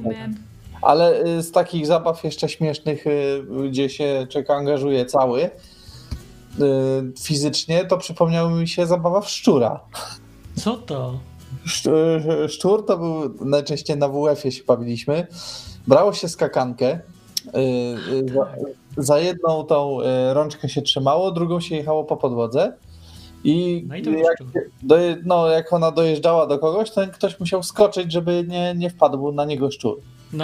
[SPEAKER 4] Umiem.
[SPEAKER 6] Ale y, z takich zabaw jeszcze śmiesznych, y, gdzie się czek angażuje cały y, fizycznie, to przypomniała mi się zabawa w szczura.
[SPEAKER 3] Co to?
[SPEAKER 6] Sz- y, Szczur to był najczęściej na WF-ie się bawiliśmy. Brało się skakankę. y, y, Za, za jedną tą y, rączkę się trzymało, drugą się jechało po podłodze. I,
[SPEAKER 3] No i to był
[SPEAKER 6] jak, doje, no, jak ona dojeżdżała do kogoś, to ktoś musiał skoczyć, żeby nie, nie wpadł na niego szczur.
[SPEAKER 3] No,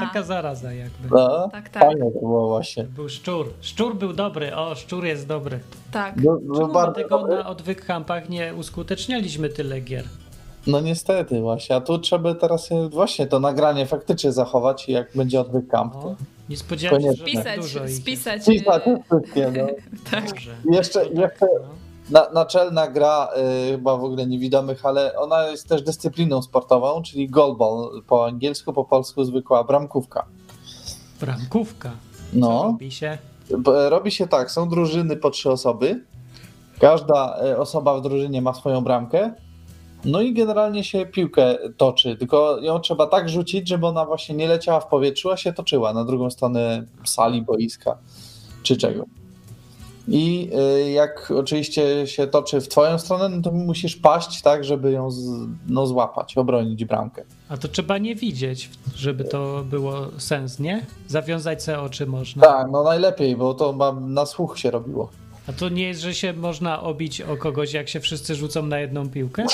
[SPEAKER 3] taka zaraza jakby.
[SPEAKER 6] No,
[SPEAKER 4] Tak, tak.
[SPEAKER 6] Fajne to było właśnie.
[SPEAKER 3] Był szczur. Szczur był dobry. O, szczur jest dobry.
[SPEAKER 4] Tak.
[SPEAKER 6] No, no
[SPEAKER 3] Czemu
[SPEAKER 6] bardzo
[SPEAKER 3] dlatego
[SPEAKER 6] dobry.
[SPEAKER 3] na odwyk kampach nie uskutecznialiśmy tyle gier?
[SPEAKER 6] No niestety właśnie, a tu trzeba teraz y, właśnie to nagranie faktycznie zachować i jak będzie odwyk camp. To...
[SPEAKER 13] No,
[SPEAKER 3] Nie spodziewałem się, że tak
[SPEAKER 4] Spisać,
[SPEAKER 3] dużo ich jest.
[SPEAKER 4] spisać.
[SPEAKER 6] I za
[SPEAKER 4] e,
[SPEAKER 6] tym wszystkim, no.
[SPEAKER 4] Tak.
[SPEAKER 6] Jeszcze, jeszcze na, naczelna gra y, chyba w ogóle niewidomych, ale ona jest też dyscypliną sportową, czyli goalball po angielsku, po polsku zwykła bramkówka.
[SPEAKER 3] Bramkówka. Co
[SPEAKER 6] No,
[SPEAKER 3] robi się?
[SPEAKER 6] B- robi się tak, są drużyny po trzy osoby, każda y, osoba w drużynie ma swoją bramkę, no i generalnie się piłkę toczy, tylko ją trzeba tak rzucić, żeby ona właśnie nie leciała w powietrzu, a się toczyła na drugą stronę sali, boiska czy czego. I y, jak oczywiście się toczy w twoją stronę, no to musisz paść tak, żeby ją z, no, złapać, obronić bramkę.
[SPEAKER 3] A to trzeba nie widzieć, żeby to było sens, nie? Zawiązać se oczy można.
[SPEAKER 6] Tak, no najlepiej, bo to ma, na słuch się robiło.
[SPEAKER 3] A to nie jest, że się można obić o kogoś, jak się wszyscy rzucą na jedną piłkę?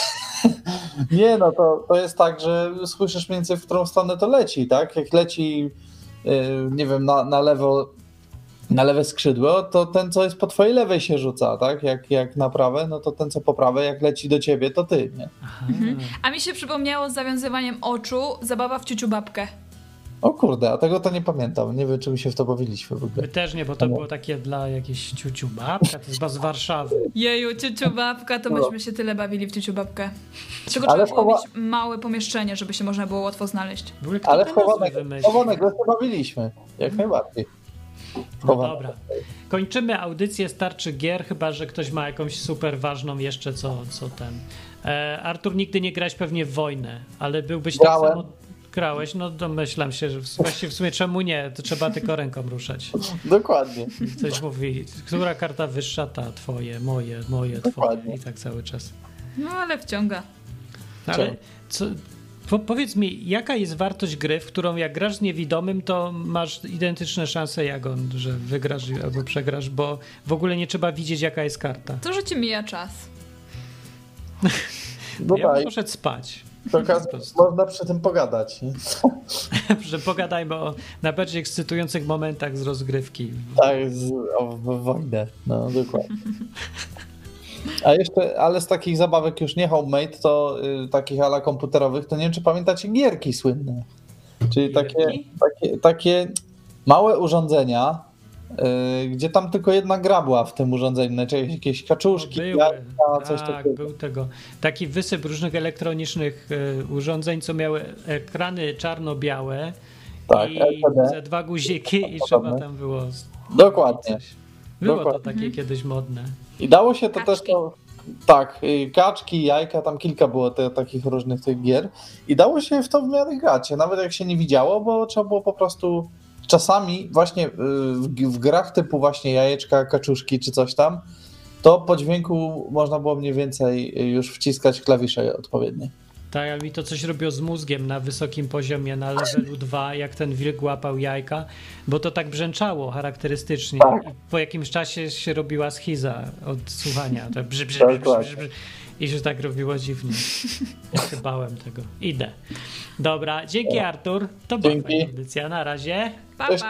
[SPEAKER 6] Nie, no to, to jest tak, że słyszysz mniej więcej, w którą stronę to leci, tak? Jak leci, yy, nie wiem, na, na lewo, na lewe skrzydło, to ten, co jest po twojej lewej się rzuca, tak? Jak, jak na prawe, no to ten, co po prawej, jak leci do ciebie, to ty, nie?
[SPEAKER 4] A mi się przypomniało z zawiązywaniem oczu zabawa w ciuciu babkę.
[SPEAKER 6] O kurde, a tego to nie pamiętam. Nie wiem, czy my się w to bawiliśmy w ogóle.
[SPEAKER 3] My też nie, bo
[SPEAKER 6] No.
[SPEAKER 3] to było takie dla jakiejś ciuciu babka, to jest chyba z Warszawy.
[SPEAKER 4] Jeju, ciuciu babka, to
[SPEAKER 6] No.
[SPEAKER 4] myśmy się tyle bawili w ciuciu babkę. Tylko
[SPEAKER 6] Ale
[SPEAKER 4] trzeba było
[SPEAKER 6] chowa-
[SPEAKER 4] mieć małe pomieszczenie, żeby się można było łatwo znaleźć.
[SPEAKER 3] W ogóle kto
[SPEAKER 6] Ale
[SPEAKER 3] te
[SPEAKER 6] w
[SPEAKER 3] nazwy
[SPEAKER 6] chowanego,
[SPEAKER 3] wymyślił?
[SPEAKER 6] chowanego się bawiliśmy, jak najbardziej.
[SPEAKER 3] No dobra. Kończymy audycję Starczy Gier, chyba że ktoś ma jakąś super ważną jeszcze, co, co ten. E, Artur, nigdy nie grałeś pewnie w wojnę, ale byłbyś tak
[SPEAKER 6] Grałem.
[SPEAKER 3] samo. Grałeś, no domyślam się, że w- właśnie w sumie czemu nie, to trzeba tylko ręką ruszać.
[SPEAKER 6] Dokładnie.
[SPEAKER 3] Ktoś mówi, która karta wyższa, ta twoje, moje, moje, twoje i tak cały czas.
[SPEAKER 4] No ale wciąga.
[SPEAKER 3] Ale co, po, powiedz mi, jaka jest wartość gry, w którą jak grasz z niewidomym, to masz identyczne szanse jak on, że wygrasz albo przegrasz, bo w ogóle nie trzeba widzieć, jaka jest karta.
[SPEAKER 4] To, że ci mija czas.
[SPEAKER 3] Ja
[SPEAKER 6] Dobra,
[SPEAKER 3] bym poszedł spać.
[SPEAKER 6] To okaz- można przy tym pogadać. nie?
[SPEAKER 3] Że pogadajmy o najbardziej ekscytujących momentach z rozgrywki.
[SPEAKER 6] Tak, z, o, w wojnę. No, dokładnie. A jeszcze, ale z takich zabawek już nie homemade, to y, takich ala komputerowych, to nie wiem, czy pamiętacie gierki słynne. Czyli takie, takie, takie małe urządzenia, y, gdzie tam tylko jedna gra była w tym urządzeniu, znaczy jakieś kaczuszki, jajka, coś
[SPEAKER 3] tak,
[SPEAKER 6] takiego.
[SPEAKER 3] był tego. Taki wysyp różnych elektronicznych e, urządzeń, co miały ekrany czarno-białe
[SPEAKER 6] Tak,
[SPEAKER 3] i
[SPEAKER 6] LCD.
[SPEAKER 3] ze dwa guziki i
[SPEAKER 6] Podobne.
[SPEAKER 3] trzeba tam było...
[SPEAKER 6] Dokładnie.
[SPEAKER 3] Było
[SPEAKER 6] Dokładnie.
[SPEAKER 3] to takie kiedyś modne.
[SPEAKER 6] I dało się to też. To, tak, y, kaczki, jajka, tam kilka było te, takich różnych tych gier. I dało się w to w miarę grać, nawet jak się nie widziało, bo trzeba było po prostu czasami właśnie y, w, g- w grach typu właśnie jajeczka, kaczuszki czy coś tam, to po dźwięku można było mniej więcej y, już wciskać klawisze odpowiednie.
[SPEAKER 3] Tak, ale mi to coś robiło z mózgiem na wysokim poziomie, na levelu 2, jak ten wilk łapał jajka, bo to tak brzęczało charakterystycznie.
[SPEAKER 5] Tak.
[SPEAKER 3] I po jakimś czasie się robiła schiza od słuchania. To brzy,
[SPEAKER 5] Tak,
[SPEAKER 3] brzy, brzy, brzy, brzy, brzy. I się tak robiło dziwnie. Ja się bałem tego. Idę. Dobra, dzięki Artur. To była fajna audycja. Na razie.
[SPEAKER 5] Pa, Cześć,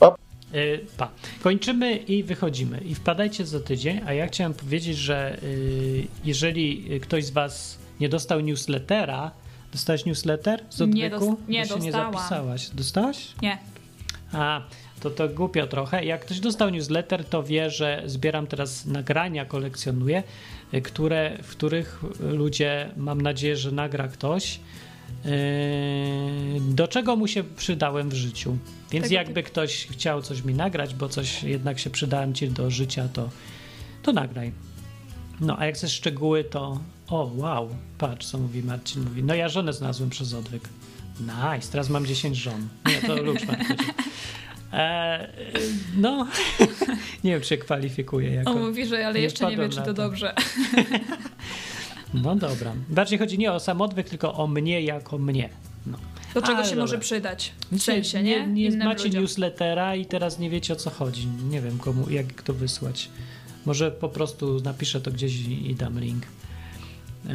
[SPEAKER 5] pa. cześć.
[SPEAKER 3] Y, Pa. Kończymy i wychodzimy. I wpadajcie za tydzień. A ja chciałem powiedzieć, że y, jeżeli ktoś z Was nie dostał newslettera, dostałeś newsletter z
[SPEAKER 5] Nie
[SPEAKER 3] odwyku?
[SPEAKER 5] dos- nie
[SPEAKER 3] Bo się nie
[SPEAKER 5] dostałam.
[SPEAKER 3] zapisałaś. Dostałaś?
[SPEAKER 5] Nie.
[SPEAKER 3] A, to to głupio trochę. Jak ktoś dostał newsletter, to wie, że zbieram teraz nagrania, kolekcjonuję, y, które, w których ludzie, mam nadzieję, że nagra ktoś, yy, do czego mu się przydałem w życiu. Więc
[SPEAKER 5] Tego
[SPEAKER 3] jakby ktoś chciał coś mi nagrać, bo coś jednak się przydałem ci do życia, to, to nagraj. No, a jak chcesz szczegóły, to o, wow, patrz, co mówi Marcin, mówi, no ja żonę znalazłem przez odwyk. Nice, teraz mam 10 żon. Nie, to lucz Marcin. E, no, nie wiem, czy się kwalifikuje jako...
[SPEAKER 5] On mówi, że ale jeszcze nie wie,
[SPEAKER 3] wpadłem
[SPEAKER 5] czy
[SPEAKER 3] na
[SPEAKER 5] to dobrze.
[SPEAKER 3] No dobra. Bardziej chodzi nie o sam odwyk, tylko o mnie jako mnie. No.
[SPEAKER 5] Do czego
[SPEAKER 3] Ale
[SPEAKER 5] się może
[SPEAKER 3] dobra.
[SPEAKER 5] przydać? W
[SPEAKER 3] Wiecie,
[SPEAKER 5] sensie, nie?
[SPEAKER 3] Nie
[SPEAKER 5] Innym
[SPEAKER 3] macie
[SPEAKER 5] ludziom.
[SPEAKER 3] newslettera i teraz nie wiecie o co chodzi. Nie wiem komu, jak to wysłać. Może po prostu napiszę to gdzieś i, i dam link. Eee,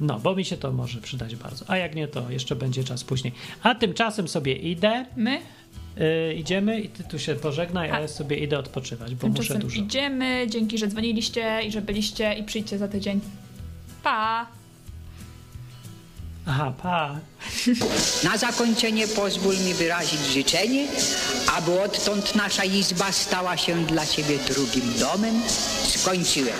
[SPEAKER 3] no, bo mi się to może przydać bardzo. A jak nie, to jeszcze będzie czas później. A tymczasem sobie idę.
[SPEAKER 5] My?
[SPEAKER 3] Yy, idziemy i ty tu się pożegnaj, a ja sobie idę odpoczywać, bo muszę
[SPEAKER 5] Tymczasem
[SPEAKER 3] dużo.
[SPEAKER 5] idziemy. Dzięki, że dzwoniliście i że byliście i przyjdźcie za tydzień. Pa!
[SPEAKER 3] Aha, pa.
[SPEAKER 14] Na zakończenie pozwól mi wyrazić życzenie, aby odtąd nasza izba stała się dla Ciebie drugim domem. Skończyłem.